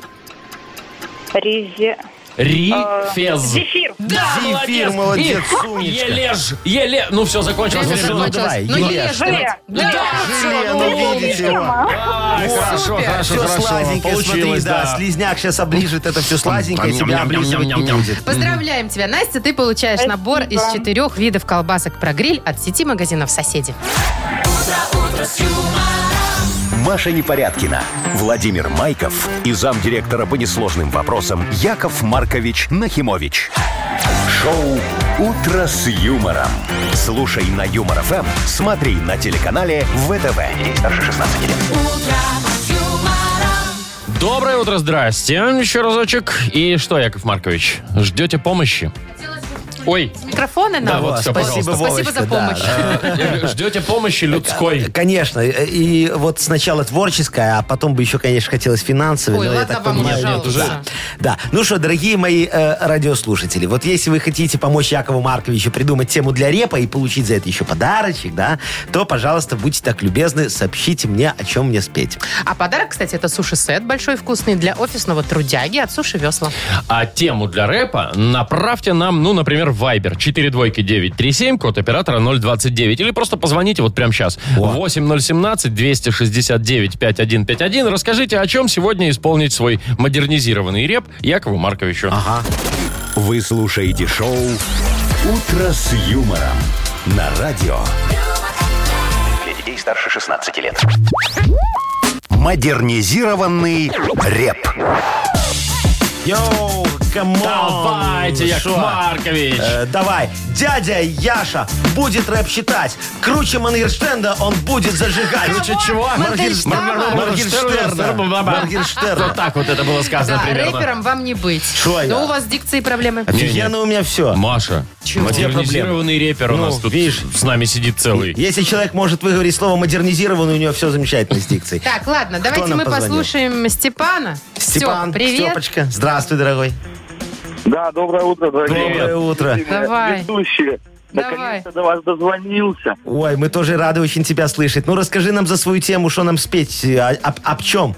G: резе,
A: Рифез.
G: Э, зефир.
A: Да,
C: Зефир, молодец,
A: И
C: Сунечка.
A: Ележ, еле... Ну все, закончилось.
B: Это
C: Еле,
A: решено.
C: ну,
B: закончилось.
C: давай,
B: Ну,
C: Еле.
B: ешь.
G: Желе.
B: Да,
C: Желе,
B: всё,
C: ну,
B: ну,
C: видите. А,
A: Ай, хорошо,
B: супер.
A: хорошо,
C: Все
A: хорошо.
C: сладенькое, смотри,
A: Получилось,
C: да.
A: да.
C: Слизняк сейчас оближет это все сладенькое, тебя облизывать не
A: Ням-ням-ням-ням-ням.
C: будет.
B: Поздравляем тебя, Настя. Ты получаешь
G: Спасибо.
B: набор из четырех видов колбасок про гриль от сети магазинов «Соседи».
D: Маша Непорядкина, Владимир Майков и замдиректора по несложным вопросам Яков Маркович Нахимович. Шоу «Утро с юмором». Слушай на Юмор ФМ, смотри на телеканале ВТВ. Ей старше 16 лет.
A: Доброе утро, здрасте. Еще разочек. И что, Яков Маркович, ждете помощи? Ой,
B: Микрофоны нам?
A: Да, вот всё,
C: Спасибо,
A: пожалуйста.
B: Спасибо за
C: Вовочка, да.
B: помощь.
A: э, ждете помощи
C: Э,
A: людской.
C: Конечно. И вот сначала творческая, а потом бы еще, конечно, хотелось финансовая.
B: Ой,
C: но я
B: ладно
C: так
B: вам,
C: понимаю,
B: не
C: нет, уже.
B: жалуются.
C: Да. Ну что, дорогие мои э, радиослушатели, вот если вы хотите помочь Якову Марковичу придумать тему для репа и получить за это еще подарочек, да, то, пожалуйста, будьте так любезны, сообщите мне, о чем мне спеть.
B: А подарок, кстати, это суши-сет большой вкусный для офисного трудяги от Суши Весла.
A: А тему для рэпа направьте нам, ну, например, в Viber 42937, код оператора 029. Или просто позвоните вот прямо сейчас. 8017-269-5151. Расскажите, о чем сегодня исполнить свой модернизированный реп Якову Марковичу.
D: Вы слушаете шоу «Утро с юмором» на радио.
F: Для детей старше 16 лет.
D: Модернизированный реп.
C: Йоу, камон.
A: Давайте, Яков
C: Ну, Шо?
A: Маркович.
C: Э, давай. Дядя Яша будет рэп считать. Круче Мангерштенда он будет зажигать.
A: Короче, чего?
B: Моргенштерна.
C: Моргенштерна. Моргенштерна.
A: Вот так вот это было сказано
B: Да,
A: примерно.
B: рэпером вам не быть.
C: Шо я? А
B: Но у вас с дикцией проблемы.
C: Офигенно у меня все.
A: Маша, модернизированный рэпер у
C: Ну,
A: нас тут
C: видишь.
A: с нами сидит целый.
C: Если человек может выговорить слово модернизированный, у него все замечательно с дикцией.
B: Так, ладно, давайте
C: нам
B: мы
C: позвонил?
B: послушаем Степана.
C: Степан,
B: Степ, привет.
C: Степочка, здравствуй, дорогой.
E: Да, доброе утро, дорогие
A: Привет.
C: Доброе утро.
B: Давай.
E: ведущие.
B: Давай.
E: Наконец-то до вас дозвонился.
C: Ой, мы тоже рады очень тебя слышать. Ну, расскажи нам за свою тему, что нам спеть, э, о- об, об чем?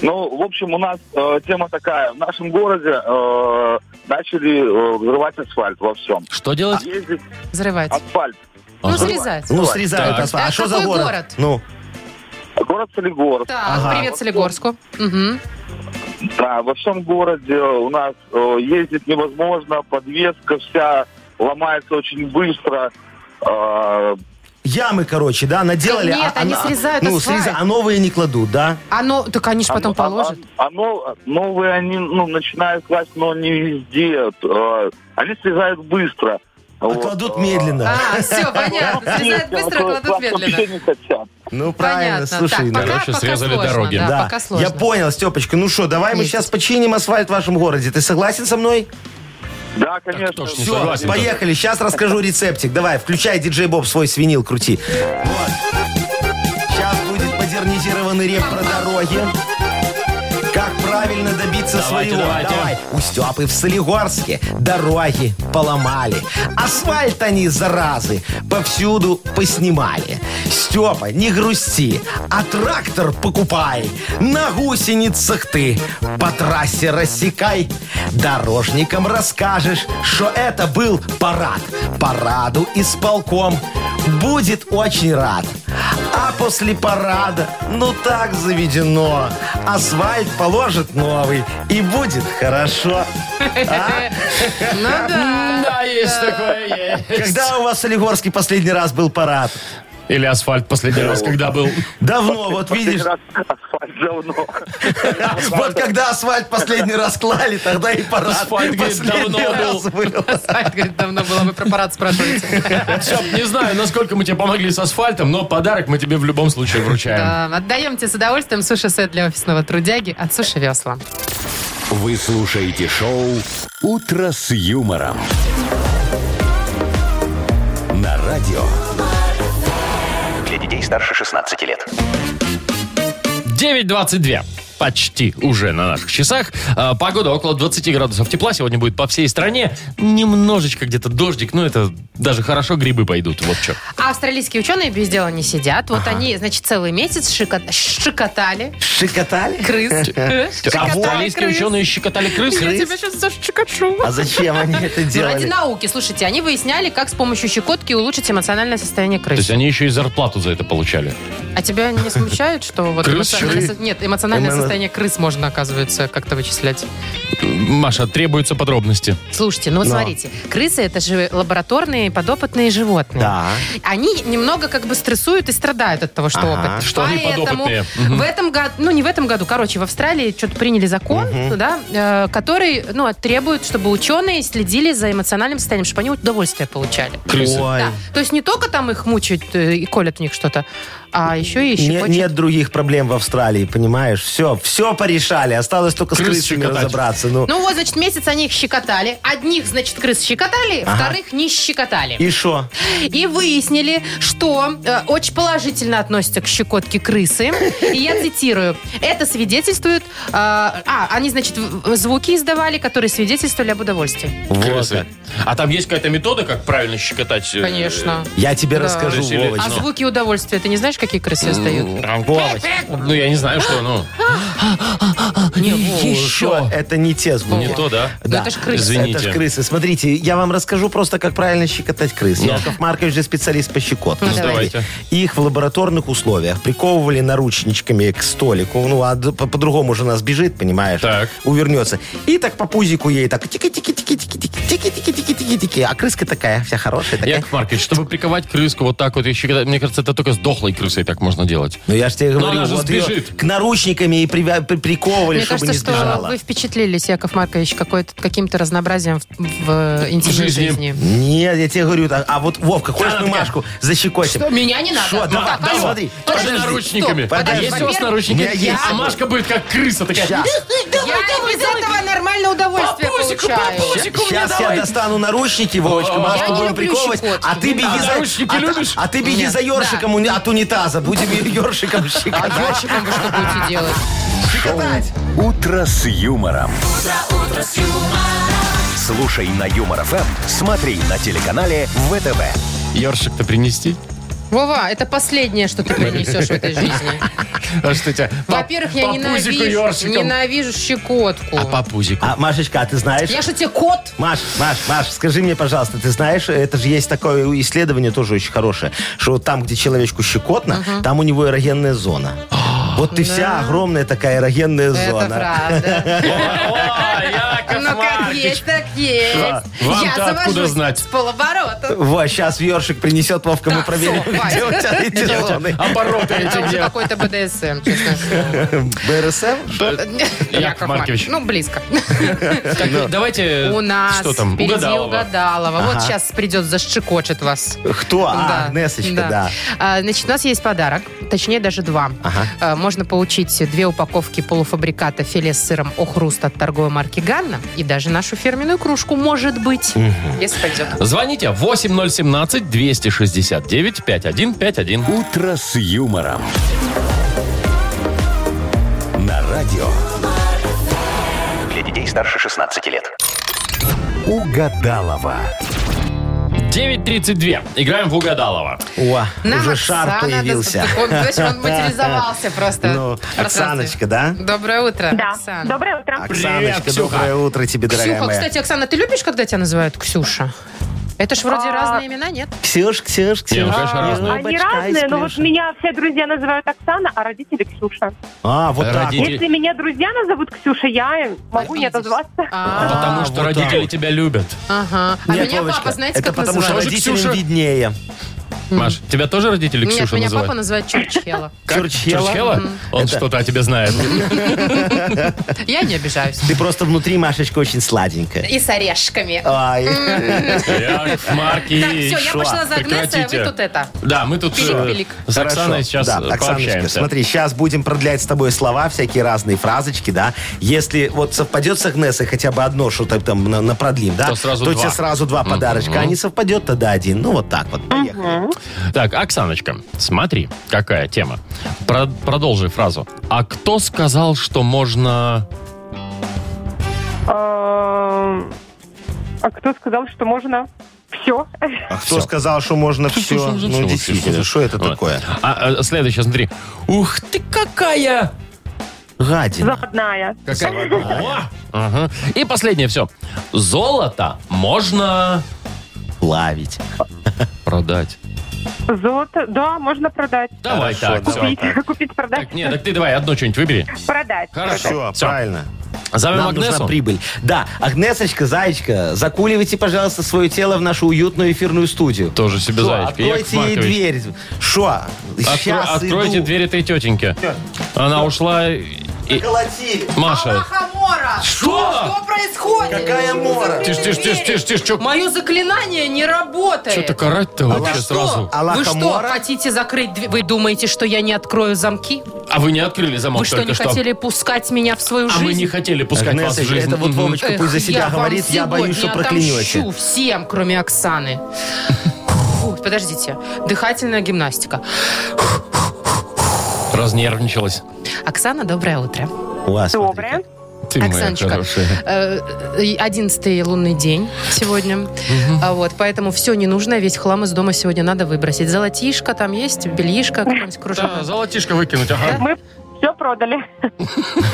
E: Ну, в общем, у нас э, тема такая. В нашем городе э, начали э, взрывать асфальт во всем.
A: Что делать?
E: Ездить
B: Взрывать.
E: асфальт.
B: Ну,
A: Ага.
B: срезать.
C: Ну, срезают
A: Так.
C: асфальт.
B: Так,
C: А что за
B: какой
C: город?
B: город?
C: Ну,
E: Город Солигорск.
B: Так,
C: Ага.
B: привет Солигорску. Мгм.
E: Да, во всем городе у нас э, ездить невозможно, подвеска вся ломается очень быстро. Э,
C: ямы, короче, да, наделали.
B: Да нет, они
C: на-
B: срезают
C: Ну,
B: асфальт.
C: среза- а новые не кладут, да?
B: Оно, так они же потом
E: а- а-
B: положат.
E: А, но- новые они ну, начинают класть, но не везде. Э, они срезают быстро.
C: А кладут медленно.
B: А, все, понятно. Срезают быстро, кладут
E: Вообще
B: медленно.
E: не хотят.
C: Ну, правильно,
B: Понятно.
C: слушай.
B: так, пока,
C: да.
A: Короче,
B: пока
A: срезали
B: сложно,
A: дороги.
B: Да,
C: Да.
B: пока сложно.
C: Я понял, Степочка. Ну что, давай мы
B: Есть.
C: сейчас починим асфальт в вашем городе. Ты согласен со мной?
E: Да, конечно.
A: кто ж не
H: Ну,
C: Все,
A: согласен.
C: поехали. Сейчас расскажу рецептик. Давай, включай диджей Боб свой свинил, крути. Сейчас будет модернизированный реп про дороги. Как правильно добиться
A: Давайте,
C: своего?
A: давайте.
C: Давай. У Степы в Солигорске дороги поломали. Асфальт они, заразы, повсюду поснимали. Степа, не грусти, а трактор покупай. На гусеницах ты по трассе рассекай. Дорожникам расскажешь, что это был парад. Параду исполком будет очень рад. А после парада, ну так заведено, асфальт положит новый и будет хорошо.
B: Ну да.
A: Да, есть такое, есть.
C: Когда у вас в Солигорске последний раз был парад?
A: Или асфальт последний раз, когда был.
C: Давно, вот
E: Последний
C: видишь,
E: раз асфальт давно.
C: вот когда асфальт последний раз клали, тогда и парад
A: Асфальт, говорит,
C: последний
A: давно
C: раз был.
B: Асфальт, говорит, давно было, вы про парад спрашиваете.
A: Всё, не знаю, насколько мы тебе помогли с асфальтом, но подарок мы тебе в любом случае вручаем.
B: Да, Отдаем тебе Эм, с удовольствием суши-сет для офисного трудяги от Суши Весла.
D: Вы слушаете шоу «Утро с юмором». На радио
F: Для детей старше 16 лет.
A: 9.22. Почти уже на наших часах. А, Погода около 20 градусов тепла. Сегодня будет по всей стране. Немножечко где-то дождик. Ну, это даже хорошо, грибы пойдут. Вот что.
B: А австралийские ученые без дела не сидят. Вот они, значит, целый месяц шико- шикотали
C: Шикотали?
B: крыс. Шикотали
A: Австралийские
B: крыс.
A: ученые щекотали крыс.
B: Я тебя сейчас зашикачу.
C: А зачем они это
B: Ну, ради
C: делали?
B: науки, слушайте, они выясняли, как с помощью щекотки улучшить эмоциональное состояние
A: То есть
B: крыс.
A: они еще и зарплату за это получали.
B: А тебя не смущает, что вот
A: Крыс,
B: эмоциональное
A: щуры?
B: со- нет, эмоциональное
C: Эмоно-
B: состояние крыс можно, оказывается, как-то вычислять?
A: Маша, требуются подробности.
B: Слушайте, ну вот
C: Но.
B: смотрите, крысы это же лабораторные подопытные животные.
C: Да.
B: Они немного как бы стрессуют и страдают от того, что
C: Ага.
B: опыт.
A: Что они подопытные.
B: в этом году, ну не в этом году, короче, в Австралии что-то приняли закон, да, э, который, ну, требует, чтобы ученые следили за эмоциональным состоянием, чтобы они удовольствие получали.
A: Крысы.
C: Ой.
B: Да. То есть не только там их мучают э, и колят в них что-то, а еще и
C: Не-
B: щекочут.
C: нет других проблем в Австралии, понимаешь? Все, все порешали. Осталось только с
A: Крыс
C: крысами
A: щекотать.
C: разобраться. Ну,
B: Ну вот, значит, месяц они их щекотали. Одних, значит, крыс щекотали, вторых не щекотали.
C: и что?
B: И выяснили, что э, очень положительно относятся к щекотке крысы. И я цитирую. Это свидетельствует... э, а, они, значит, в- в- звуки издавали, которые свидетельствовали об удовольствии.
A: Крысы. А там есть какая-то метода, как правильно щекотать? э,
B: Конечно.
C: Я тебе
B: Да.
C: расскажу,
A: Решили.
C: Вовочка.
B: А звуки удовольствия, ты не знаешь, какие крысы издают?
A: там, Вовочка. Ну, я не знаю, что, ну,
B: Не, Вова,
C: Еще. Это не те звуки.
A: не то, да?
B: Ну, это ж крысы.
A: Извините.
C: Это ж крысы. Смотрите, я вам расскажу просто, как правильно щекотать крыс.
A: Ну.
C: Яков Маркович же специалист по щекотке.
B: Ну,
C: Смотрите,
A: давайте.
C: Их в лабораторных условиях приковывали наручничками к столику. Ну, а д- по- по-другому же нас бежит, понимаешь?
A: Так.
C: Увернется. И так по пузику ей так тики тики тики тики тики тики тики тики тики
I: такие, а крыска такая, вся хорошая такая.
A: Яков Маркович, чтобы приковать крыску вот так вот, еще, когда- мне кажется, это только с дохлой крысой так можно делать.
C: Ну я же тебе
A: Но
C: говорю,
A: она же
C: вот её
A: сбежит.
C: к наручниками и привя- при- приковывали,
B: Мне
C: чтобы
B: кажется,
C: не
B: что
C: сбежала.
B: вы впечатлились, Яков Маркович, какой-то, каким-то разнообразием в, в интимной
A: жизни.
B: жизни.
C: Нет, я тебе говорю, так, а вот Вовка, хочешь
A: Да,
C: мы
A: да.
C: Машку защекотим?
B: Что, меня не надо?
C: Что,
B: Ну
C: давай,
B: как, алло.
C: смотри.
A: Тоже
B: Подожди,
A: наручниками.
B: стоп,
A: а
C: подожди.
A: если у вас
B: Во-первых,
A: наручники,
C: у меня есть.
A: а Машка будет как крыса такая.
C: Сейчас,
B: Я и без этого нормально удовольствие
A: Папусику,
B: получаю.
A: папусику мне
C: сейчас я
A: давай.
C: достану наручники, Вовочка, Машку
B: не
C: будем
B: люблю
C: приковывать,
B: щекотки.
C: а ты беги
A: Да,
C: за...
A: наручники
C: а-
A: любишь?
C: А ты беги
B: Нет,
C: за ёршиком у- от унитаза, будем ёршиком
B: А
C: щекотать.
B: ёршиком вы что будете делать?
C: щекотать.
D: Утро с юмором. Слушай на Юмор ФМ, смотри на телеканале ВТВ.
A: Ёршик-то принести?
B: Вова, это последнее, что ты принесешь в этой жизни.
A: А что тебя?
B: Во-первых, я ненавижу, ненавижу щекотку.
A: А по пузику.
C: А, Машечка, а ты знаешь?
B: Я же тебе кот.
C: Маш, Маш, Маш, скажи мне, пожалуйста, ты знаешь, это же есть такое исследование тоже очень хорошее, что вот там, где человечку щекотно, там у него эрогенная зона.
A: А.
C: Вот ты вся огромная такая эрогенная
B: Это
C: зона.
B: правда.
A: О, Яков
B: Ну как
A: Маркович.
B: есть, так есть.
A: Да. Вам-то
B: Я
A: откуда
B: завожусь
A: знать?
B: с полоборота.
C: Вот, сейчас Ёршик принесет, Вовка, мы
B: Так,
C: проверим,
B: всё,
C: где у тебя эти зоны.
A: Обороты
B: Это
A: эти
B: А уже
A: где?
B: какой-то БДСМ, честно.
C: БРСМ?
A: Яков Маркович.
B: Ну, близко.
A: Так, Ну, давайте...
B: У нас
A: Что там?
B: впереди
A: Угадалова.
B: Угадалова. Вот сейчас придет, зашчекочет вас.
C: Кто? А,
B: Да,
C: Агнесочка, да.
B: А, значит, у нас есть подарок, точнее даже два. А, можно получить две упаковки полуфабриката филе с сыром «Охруст» от торговой марки «Ганна» и даже нашу фирменную кружку, может быть, если пойдет.
A: Звоните 8017-269-5151.
D: Утро с юмором. На радио
F: Для детей старше 16 лет.
D: Угадалова.
A: 9.32. Играем в Угадалова.
C: О,
B: Нам
C: уже шар
B: Оксана
C: появился.
B: доступ- Он, знаешь, он материализовался просто.
C: Ну,
B: в пространстве.
C: Оксаночка, да?
B: Доброе утро,
G: Да.
B: Оксана.
G: Доброе утро.
C: Оксаночка,
A: Ксюха.
C: доброе утро тебе, дорогая
B: Ксюха,
C: моя.
B: кстати, Оксана, ты любишь, когда тебя называют Ксюша? Это ж вроде
G: А.
B: разные имена, нет?
C: Ксюш, Ксюш,
A: Не, ну,
C: Ксюш.
A: конечно, разные.
G: Они
C: Любочка,
G: разные, но вот
C: Ксюша.
G: меня все друзья называют Оксана, а родители Ксюша.
C: А, вот так.
A: Родители.
C: вот.
G: Если меня друзья назовут Ксюша, я могу не отозваться.
B: А,
A: Потому что
C: вот
A: родители
C: так.
A: тебя любят.
B: Ага. А
C: Нет,
B: меня
C: Вовочка,
B: папа, знаете,
C: это
B: как
C: потому что
B: называет?
A: Тоже
C: родителям
A: Ксюша?
C: виднее.
A: Маш, тебя тоже родители
B: Нет,
A: Ксюша
B: меня
A: называют?
B: папа называет Чурчхела.
A: Как?
C: Чурчхела?
A: Чурчхела? Он что-то о тебе знает.
B: Я не обижаюсь.
C: Ты просто внутри, Машечка, очень сладенькая.
B: И с орешками.
C: Ай.
A: Яков Маркович.
B: Так, все, я
A: шо?
B: пошла за Агнесой, а
A: Прекратите.
B: вы тут это.
A: Да, мы тут
B: Пилик,
A: э,
B: пилик.
A: с Оксаной
C: Хорошо.
A: сейчас
C: Да,
A: э,
C: Оксаночка,
A: пообщаемся.
C: смотри, сейчас будем продлять с тобой слова, всякие разные фразочки, да. Если вот совпадет с Агнесой хотя бы одно, что то там на, на продлим, да,
A: То сразу два.
C: тебе сразу два подарочка. А не совпадет, тогда один. Ну, вот так вот. Поехали.
A: Так, Оксаночка, смотри, какая тема. Про- продолжи фразу. А кто сказал, что можно...
G: Эм, А кто сказал, что можно все?
C: А кто сказал, что можно все?
A: слушай,
C: Ну,
A: вообще,
C: действительно,
A: слушай.
C: что это такое?
A: А, э, следующее, смотри. Ух ты, какая!
C: Гадина.
G: Западная.
A: Какая? Ага. И последнее все. Золото можно
C: Плавить.
A: продать.
G: Золото, да, можно продать.
A: Давай так, всё.
G: Купить, купить, продать.
A: Так, нет, так ты давай одно что-нибудь выбери.
G: Продать.
C: Все,
A: Всё.
C: правильно.
A: Зовем
C: Нам
A: Агнесу.
C: нужна прибыль. Да, Агнесочка, Зайчка, закуливайте, пожалуйста, свое тело в нашу уютную эфирную студию.
A: Тоже себе
C: Шо,
A: зайчик. Яков
C: Откройте ей
A: Маркович.
C: дверь. Шо?
A: Откро-
C: Сейчас
A: откройте
C: иду.
A: дверь этой тетеньке. Она ушла. и-
C: Колотили.
A: Маша.
B: Мора!
A: Что?
B: происходит?
C: Какая мора?
A: Тише, тише, тише, тише, тише. Что
B: Мое заклинание не работает.
A: так орать-то
B: А Вы
A: вообще
B: что?
A: сразу?
B: Вы что,
C: Аллахомора?
B: хотите закрыть дверь? Вы думаете, что я не открою замки?
A: А вы не открыли замок
B: Вы что,
A: только
B: не
A: что?
B: хотели пускать меня в свою
A: А
B: жизнь?
A: мы не хотели пускать вас в
C: Агнесочка,
A: жизнь.
C: это вот
A: Мгм.
C: Вовочка
B: Эх,
C: пусть за себя
B: я вам
C: говорит, я боюсь, что
B: сегодня
C: проклянете.
B: отомщу всем, кроме Оксаны. Фу, подождите. Дыхательная гимнастика.
A: Разнервничалась.
B: Оксана, доброе утро.
C: У вас, смотрите.
G: Доброе.
A: Ты моя
B: Оксаночка.
A: хорошая.
B: Э, Одиннадцатый лунный день сегодня. А Вот, поэтому все ненужное, весь хлам из дома сегодня надо выбросить. Золотишко там есть, бельишко, какой-нибудь
A: Да,
B: кружок.
A: золотишко выкинуть, ага.
G: Мы все продали.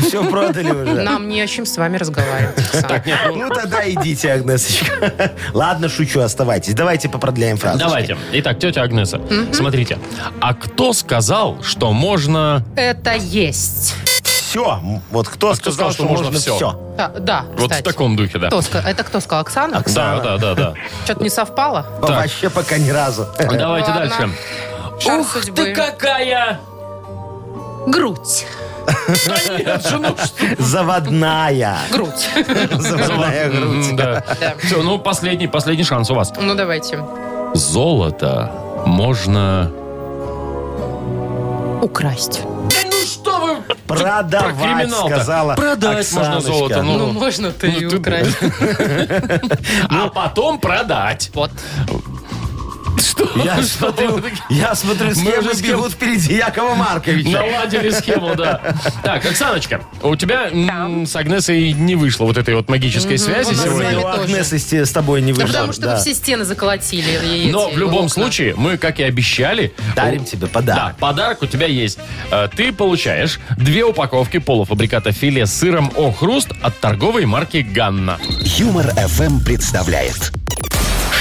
C: Все продали уже.
B: Нам не о чем с вами разговаривать, Оксана.
A: Так, нет, ну,
C: Ну тогда идите, Агнесочка. Ладно, шучу, оставайтесь. Давайте попродляем фразу.
A: давайте. Итак, тетя Агнеса, смотрите. А кто сказал, что можно...
B: Это есть.
C: все. М, Вот кто сказал,
A: А сказал,
C: что
A: что
C: можно,
A: можно всё?
C: все?
B: Да, да,
A: Вот в
B: кстати.
A: таком духе, да.
B: Кто ска- Это кто сказал? Оксана?
A: Да, да, да, да.
B: Что-то не совпало?
C: А Вообще пока ни разу.
A: Ну, Давайте
B: Ладно.
A: дальше.
B: Шар
A: Ух
B: судьбы.
A: ты какая!
B: Грудь.
A: Да нет же, ну что?
C: Заводная.
B: Грудь.
C: Заводная грудь.
A: М, да.
B: Да.
A: Все, ну последний, последний шанс у вас.
B: Ну, давайте.
A: Золото можно...
B: Украсть.
A: Про
C: Продавать,
A: криминал-то.
C: сказала
A: Продать можно
C: Оксаночка.
A: золото. Ну,
B: Ну, можно ты
A: ну,
B: и
A: ты-
B: украсть.
A: а потом продать.
B: Вот.
A: Что?
C: Ну, Я
A: Что
C: смотрю,
A: вы-
C: я смотрю, схемы
A: уже с кем-
C: бегут впереди Якова Марковича.
A: Наладили схему, да. Так, Оксаночка, у тебя м, с Агнесой не вышло вот этой вот магической связи
B: у нас
A: сегодня.
B: нами
C: Сегодня у
B: тоже.
C: Агнесы с те- с тобой не
B: Да
C: вышло.
B: Ну, потому что
C: да.
B: вы все стены заколотили. и
A: Но
B: эти
A: в любом
B: окна.
A: случае, мы, как и обещали,
C: Дарим тебе
A: Да,
C: подарок.
A: подарок у тебя есть. Э, Ты получаешь две упаковки полуфабриката филе с сыром О Хруст от торговой марки Ганна.
D: Юмор FM представляет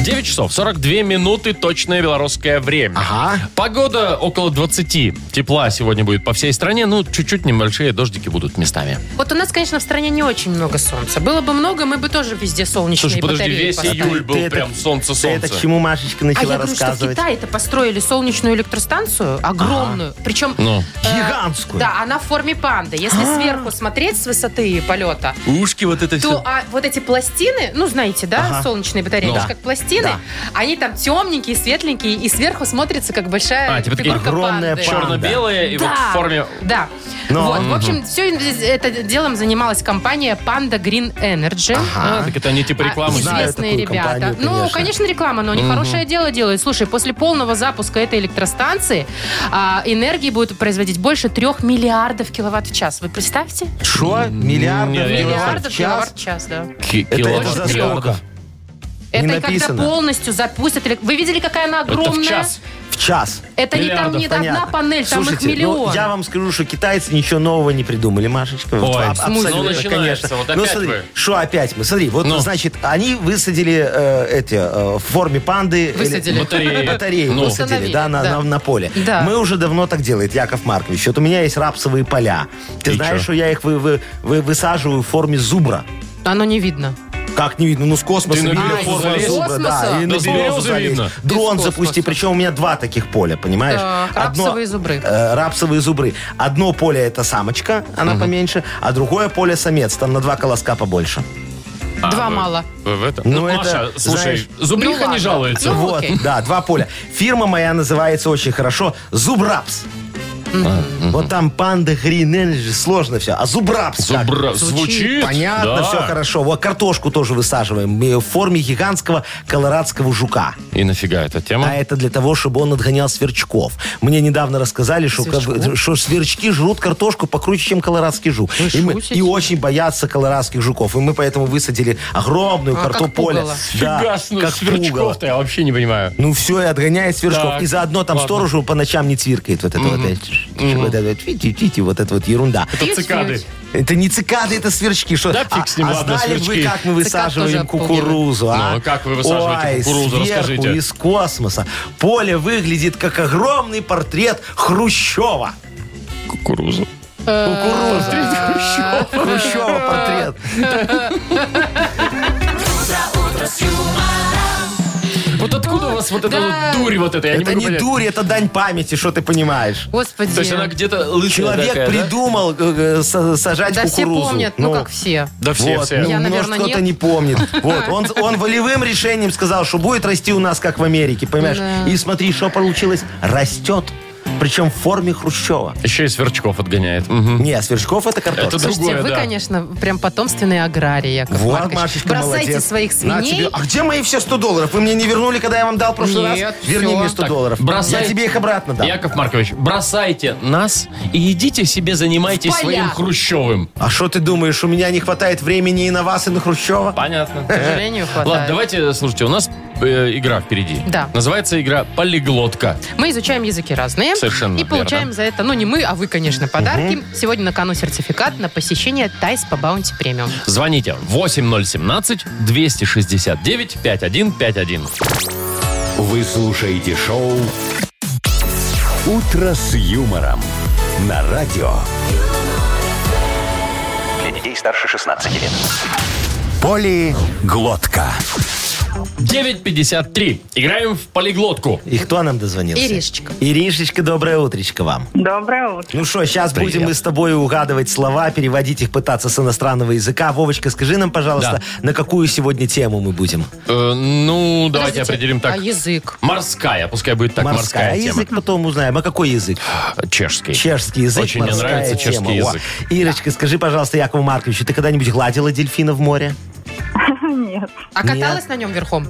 A: 9 часов 42 минуты точное белорусское время.
C: Ага.
A: Погода около 20. Тепла сегодня будет по всей стране. Ну, чуть-чуть небольшие дождики будут местами.
B: Вот у нас, конечно, в стране не очень много солнца. Было бы много, мы бы тоже везде солнечные
A: Слушай, подожди,
B: батареи
A: весь
B: поставили.
A: июль был
C: Ты это-
A: прям
C: Ты
A: солнце-солнце.
C: это к чему
B: А
C: Машечка начала
B: я говорю, что в
C: рассказывать?
B: Китае-то построили солнечную электростанцию огромную. Причем...
A: Ну. А.
B: э,
C: Гигантскую.
B: Да, она в форме панды. Если сверху смотреть с высоты полета,
A: Ушки вот это
B: то а, вот эти пластины, ну, знаете, да, солнечные батареи,
A: Ну.
B: они же как пластины,
C: Да.
B: они там темненькие, светленькие, и сверху смотрится как большая
A: А, типа такие
B: фигурка
C: огромная
B: панды.
C: панда.
A: Черно-белое и вот в форме...
B: Да.
C: Но-
B: Вот, в общем, все это делом занималась компания Panda Green Energy.
A: А, так это они типа рекламы.
B: А,
C: Знаю
B: Известные
C: такую
B: ребята.
C: компанию,
B: Ну,
C: конечно.
B: конечно, реклама, но они хорошее дело делают. Слушай, после полного запуска этой электростанции а, энергии будет производить больше трех миллиардов киловатт в час. Вы представьте?
C: Что? Миллиардов
A: Нет, я не
C: киловатт
B: Миллиардов
C: в час?
B: киловатт в час, да.
A: Ки-
C: Это,
A: киловатт
C: это за
A: миллиардов.
C: сколько?
B: Это и
C: написано.
B: когда полностью запустят... элек- Вы видели, какая она
A: Это
B: огромная?
A: в час.
C: В час.
B: Это не там
A: Миллиардов,
B: не одна
C: Понятно.
B: панель, там
C: Слушайте,
B: их миллион.
C: Ну, я вам скажу, что китайцы ничего нового не придумали, Машечка. Вот,
A: Ой,
C: а-
A: в смысле?
C: абсолютно,
A: Ну, начинается,
C: конечно.
A: вот
C: ну,
A: опять
C: смотри,
A: вы.
C: что опять мы? Смотри, вот,
A: Ну.
C: значит, они высадили э, эти э, в форме панды...
B: Высадили.
A: Батареи.
C: Батареи. Батареи
A: Ну.
C: высадили, да, на,
B: Установили, да.
C: на- на поле.
B: Да.
C: Мы уже давно так делает, Яков Маркович. Вот у меня есть рапсовые поля. Ты
A: И
C: знаешь,
A: чё?
C: что я их вы- вы- вы- высаживаю в форме зубра.
B: Оно не видно.
C: Как не видно? Ну, с космоса
A: Ты на
C: видно
A: березу
C: форму
A: залез?
C: зубра,
B: Космоса?
C: да. И
A: Да
C: на
A: с
C: березу
A: березы
C: залезть.
A: видно.
B: Из
C: Дрон
B: космоса.
C: запусти, причем у меня два таких поля, понимаешь?
B: Так,
C: Одно-
B: рапсовые зубры.
C: э, рапсовые зубры. Одно поле это самочка, она поменьше, а другое поле самец, там на два колоска побольше.
A: А,
B: Два
A: вы-
B: мало.
A: вы в этом?
C: Ну,
A: Ну,
C: это,
A: Маша, слушай,
C: знаешь,
B: ну,
A: зубриха не
B: ладно.
A: жалуется.
B: Ну,
C: вот,
B: окей.
C: да, два поля. Фирма моя называется очень хорошо Зубрапс. Вот там панда, грин, Energy, сложно все. А Зубрапс
B: Ну,
C: как?
A: Зубра- Звучит?
C: Понятно,
A: Да.
C: все хорошо. Вот картошку тоже высаживаем э, в форме гигантского колорадского жука.
A: И нафига эта
C: А
A: тема?
C: это для того, чтобы он отгонял сверчков. Мне недавно рассказали, что, как бы, что сверчки жрут картошку покруче, чем колорадский жук.
B: Вы
C: и, мы-
B: шутите?
C: и очень боятся колорадских жуков. И мы поэтому высадили огромную
B: А,
C: карту
B: как
C: поле.
B: пугало.
C: Да,
A: Фига, ну,
C: как пугало.
A: сверчков-то я вообще не понимаю.
C: Ну все, и отгоняет сверчков.
A: Так,
C: и заодно там сторожу по ночам не цвиркает. Вот это вот. э, Вот это вот. фи- фи- фи- фи- Вот это вот ерунда.
A: Это цикады.
C: Это не цикады, это сверчки. Что?
A: Да фиг с ним,
C: а, а
A: ладно,
C: знали бы вы,
A: сверчки.
C: как мы
B: тоже
C: высаживаем
B: отпугивает.
C: кукурузу, а?
A: Ну, а как вы высаживаете
C: Ой,
A: кукурузу?
C: сверху,
A: Расскажите.
C: из космоса. Поле выглядит как огромный портрет Хрущева.
A: Кукурузу. Ну, А.
C: Кукуруза. Хрущева портрет.
A: Вот откуда у вас вот эта
B: Да.
A: вот дурь вот эта? Я
C: Это
A: могу
C: не
A: понять.
C: дурь, это дань памяти, что ты понимаешь.
B: Господи.
A: То есть она где-то лысая
C: Человек
A: такая, да?
C: придумал э, э, са- сажать
B: Да все
C: кукурузу.
B: помнят, ну как все.
A: Да все,
C: вот,
A: все.
C: ну,
B: Я,
C: может,
B: наверное,
C: кто-то
B: нет.
C: не помнит. Вот, он, он волевым решением сказал, что будет расти у нас, как в Америке, понимаешь?
B: Да.
C: И смотри, что получилось. Растет. Причем в форме Хрущева.
A: Еще и сверчков отгоняет. Мгм.
C: Не, а сверчков это картошка.
A: Это
B: Слушайте,
A: другое,
B: вы,
A: да.
B: конечно, прям потомственные аграрии, Яков
C: Вот,
B: Маркович.
C: Машечка,
B: Бросайте
C: молодец.
B: своих
C: На
B: свиней.
C: тебе. А где мои все 100 долларов? Вы мне не вернули, когда я вам дал в прошлый
B: Нет,
C: раз? Верни
B: всё.
C: мне 100
A: Так,
C: долларов.
A: бросай.
C: Я тебе их обратно дам.
A: Яков Маркович, бросайте нас и идите себе занимайтесь
B: В поля.
A: своим Хрущевым.
C: А что ты думаешь, у меня не хватает времени и на вас, и на Хрущева?
A: Понятно.
B: К сожалению, хватает.
A: Ладно, давайте, слушайте, у нас э, игра впереди.
B: Да.
A: Называется игра «Полиглотка».
B: мы изучаем языки разные.
A: Совершенно
B: И
A: верно.
B: получаем за это, ну не мы, а вы, конечно, подарки. Сегодня на кону сертификат на посещение Тайс по Баунти Премиум.
A: Звоните 8017-269-5151.
D: Вы слушаете шоу «Утро с юмором» на радио.
F: Для детей старше 16 лет.
D: Полиглотка.
A: 9.53. Играем в «Полиглотку».
C: И кто нам дозвонился?
B: Иришечка.
C: Иришечка, доброе утречко вам.
G: Доброе утро.
C: Ну что, сейчас
A: Привет.
C: будем мы с тобой угадывать слова, переводить их, пытаться с иностранного языка. Вовочка, скажи нам, пожалуйста, на какую сегодня тему мы будем?
A: Э, ну, давайте
B: Подождите,
A: определим
B: А
A: так.
B: язык?
A: Морская, пускай будет так, морская,
C: а
A: тема. Э,
C: язык потом узнаем. А какой язык?
A: Чешский.
C: Чешский язык,
A: Очень мне
C: морская
A: нравится
C: тема.
A: чешский
C: О.
A: язык.
C: Ирочка, скажи, пожалуйста, Якову Марковичу, ты когда-нибудь гладила дельфина в море?
G: Нет.
B: А каталась на нем верхом?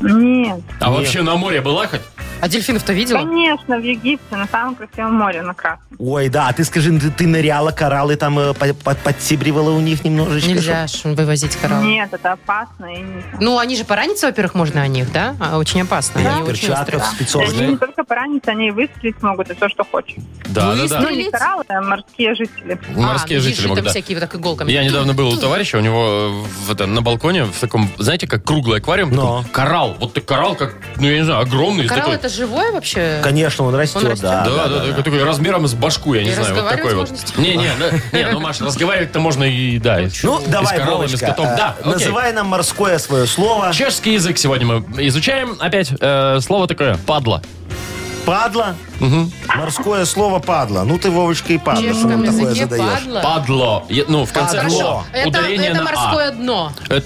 G: Нет.
A: А вообще на море была хоть?
B: А дельфинов-то видела?
G: Конечно, в Египте, на самом красивом море, на Красном.
C: Ой, да, а ты скажи, ты, ты ныряла, кораллы там э, по- по- подсибривала у них немножечко?
B: Нельзя ж вывозить кораллы.
G: Нет, это опасно и не...
B: Ну, они же поранятся, во-первых, можно о них, да? А, Очень опасно.
C: чтобы-
B: они
C: в
B: очень
C: перчатках,
B: острые.
C: в спецовках.
G: Они не только поранятся, они и выстрелить могут, и все, что хочешь.
A: Да, да, да.
G: Ну, не кораллы, а морские жители.
A: Морские
B: А,
A: жители
B: вижу,
A: могут,
B: там
A: да.
B: всякие вот так иголками.
A: Я недавно был у товарища, у него э, в это, на балконе в таком, знаете, как круглый аквариум,
C: Но.
A: такой коралл. Вот ты коралл, как, ну я не знаю, огромный. из
B: Коралл
A: такой-
B: это живое вообще?
C: Конечно, он растет,
B: Он растет.
C: да.
A: Да, да, да, такой- такой размером с башку, я не
B: И
A: знаю, вот такой вот.
B: разговаривать можно с
A: Не, не, да, не, ну Маш, разговаривать-то можно и да. и-
C: Ну,
A: и
C: давай,
A: с кораллами,
C: Вовочка,
A: с котом.
C: э,
A: Да, окей.
C: называй нам морское свое слово.
A: Чешский язык сегодня мы изучаем. Опять э, слово такое падла.
C: Падла. Морское слово падла. Ну ты, Вовочка, и
B: В
C: падла, что
B: чешском
C: нам такое
B: языке
C: задаешь.
B: падла.
A: Падло. Е- Ну, в конце
C: Падло.
A: «ло».
B: Это,
A: Ударение
B: это
A: на «а».
B: морское дно.
A: Э,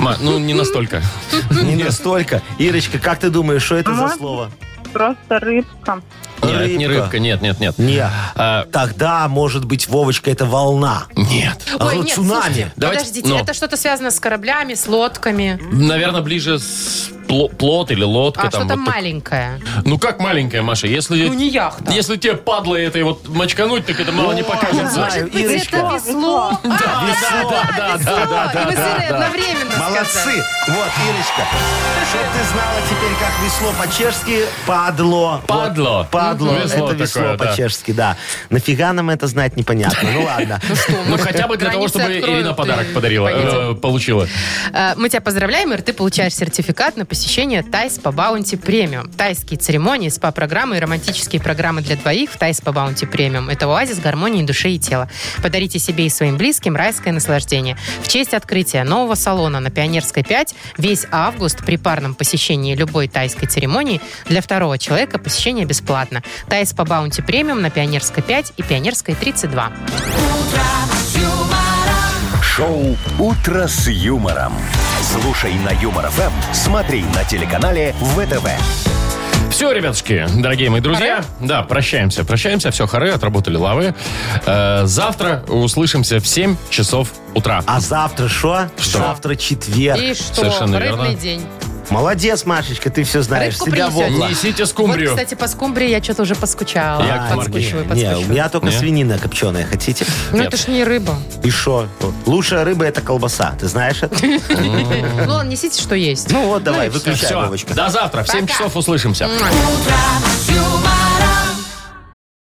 A: Ма, ну, не настолько.
C: Не настолько. Ирочка, как ты думаешь, что это за
G: Может?
C: слово?
G: Просто рыбка.
A: Нет, не
C: Рыбка.
A: рыбка, нет, нет, нет.
C: Нет.
A: А,
C: Тогда, может быть, Вовочка, это волна.
A: нет.
C: А вот цунами.
B: слушайте,
A: Давайте,
B: подождите,
A: но.
B: это что-то связано с кораблями, с лодками.
A: Наверное, ближе с пло- плот или лодка.
B: А,
A: там,
B: что-то
A: вот так.
B: маленькое.
A: Ну, как маленькая, Маша, если...
B: Ну, не яхта.
A: Если тебе падла этой вот мочкануть, так это мало не покажется.
C: Знаю,
B: Может быть,
C: Ирочка.
B: это весло? А,
C: весло.
A: Да, да, да, да,
B: и
A: да,
B: мы с Ирой
C: да.
B: одновременно сказали.
C: Молодцы! Вот, Ирочка, чтоб ты знала теперь, как весло по-чешски падло. Вот,
A: Падло.
C: падло.
A: Мгм. Весло
C: это
A: такое,
C: весло
A: да.
C: по-чешски, да. Нафига нам это знать, непонятно. Ну ладно.
A: Ну, хотя бы для того,
B: Границы
A: чтобы
B: откроют,
A: Ирина
B: и
A: подарок подарила,
B: поедем.
A: э, получила.
B: Э, Мы тебя поздравляем, Ир, ты получаешь сертификат на посещение Тайс по Баунти Премиум. Тайские церемонии, спа-программы и романтические программы для двоих в Тайс по Баунти Премиум. Это оазис гармонии души и тела. Подарите себе и своим близким райское наслаждение. В честь открытия нового салона на Пионерской 5 весь август при парном посещении любой тайской церемонии для второго человека посещение бесплатно. Тайс по Баунти Премиум на Пионерской 5 и Пионерской 32.
D: Шоу «Утро с юмором». Слушай на Юмор ФМ, смотри на телеканале ВТВ.
A: Все, ребятушки, дорогие мои друзья, да, прощаемся, прощаемся, все, хоры, отработали лавы. Э, завтра услышимся в 7 часов утра.
C: А завтра шо? Завтра четверг.
B: И что?
A: Совершенно
B: Рыбный
A: верно.
B: день.
C: Молодец, Машечка, ты все знаешь.
B: Рыбку
C: Тебя в
B: принесете?
C: облако.
A: Несите
B: Вот,
A: скумбрию.
B: кстати, по скумбрии я что-то уже поскучала.
A: Яков Маркович,
B: подскучиваю,
C: А, Не,
B: подскучиваю.
C: у меня только
A: Не?
C: свинина копченая, хотите?
B: Ну
A: нет.
B: это ж не рыба.
C: И шо? Лучшая рыба это колбаса, ты знаешь это?
B: Ну ладно, несите, что есть.
C: Ну вот, давай, выключай,
A: Все,
C: Вовочка.
A: до завтра, в 7
B: Пока.
A: часов услышимся.
J: юмор.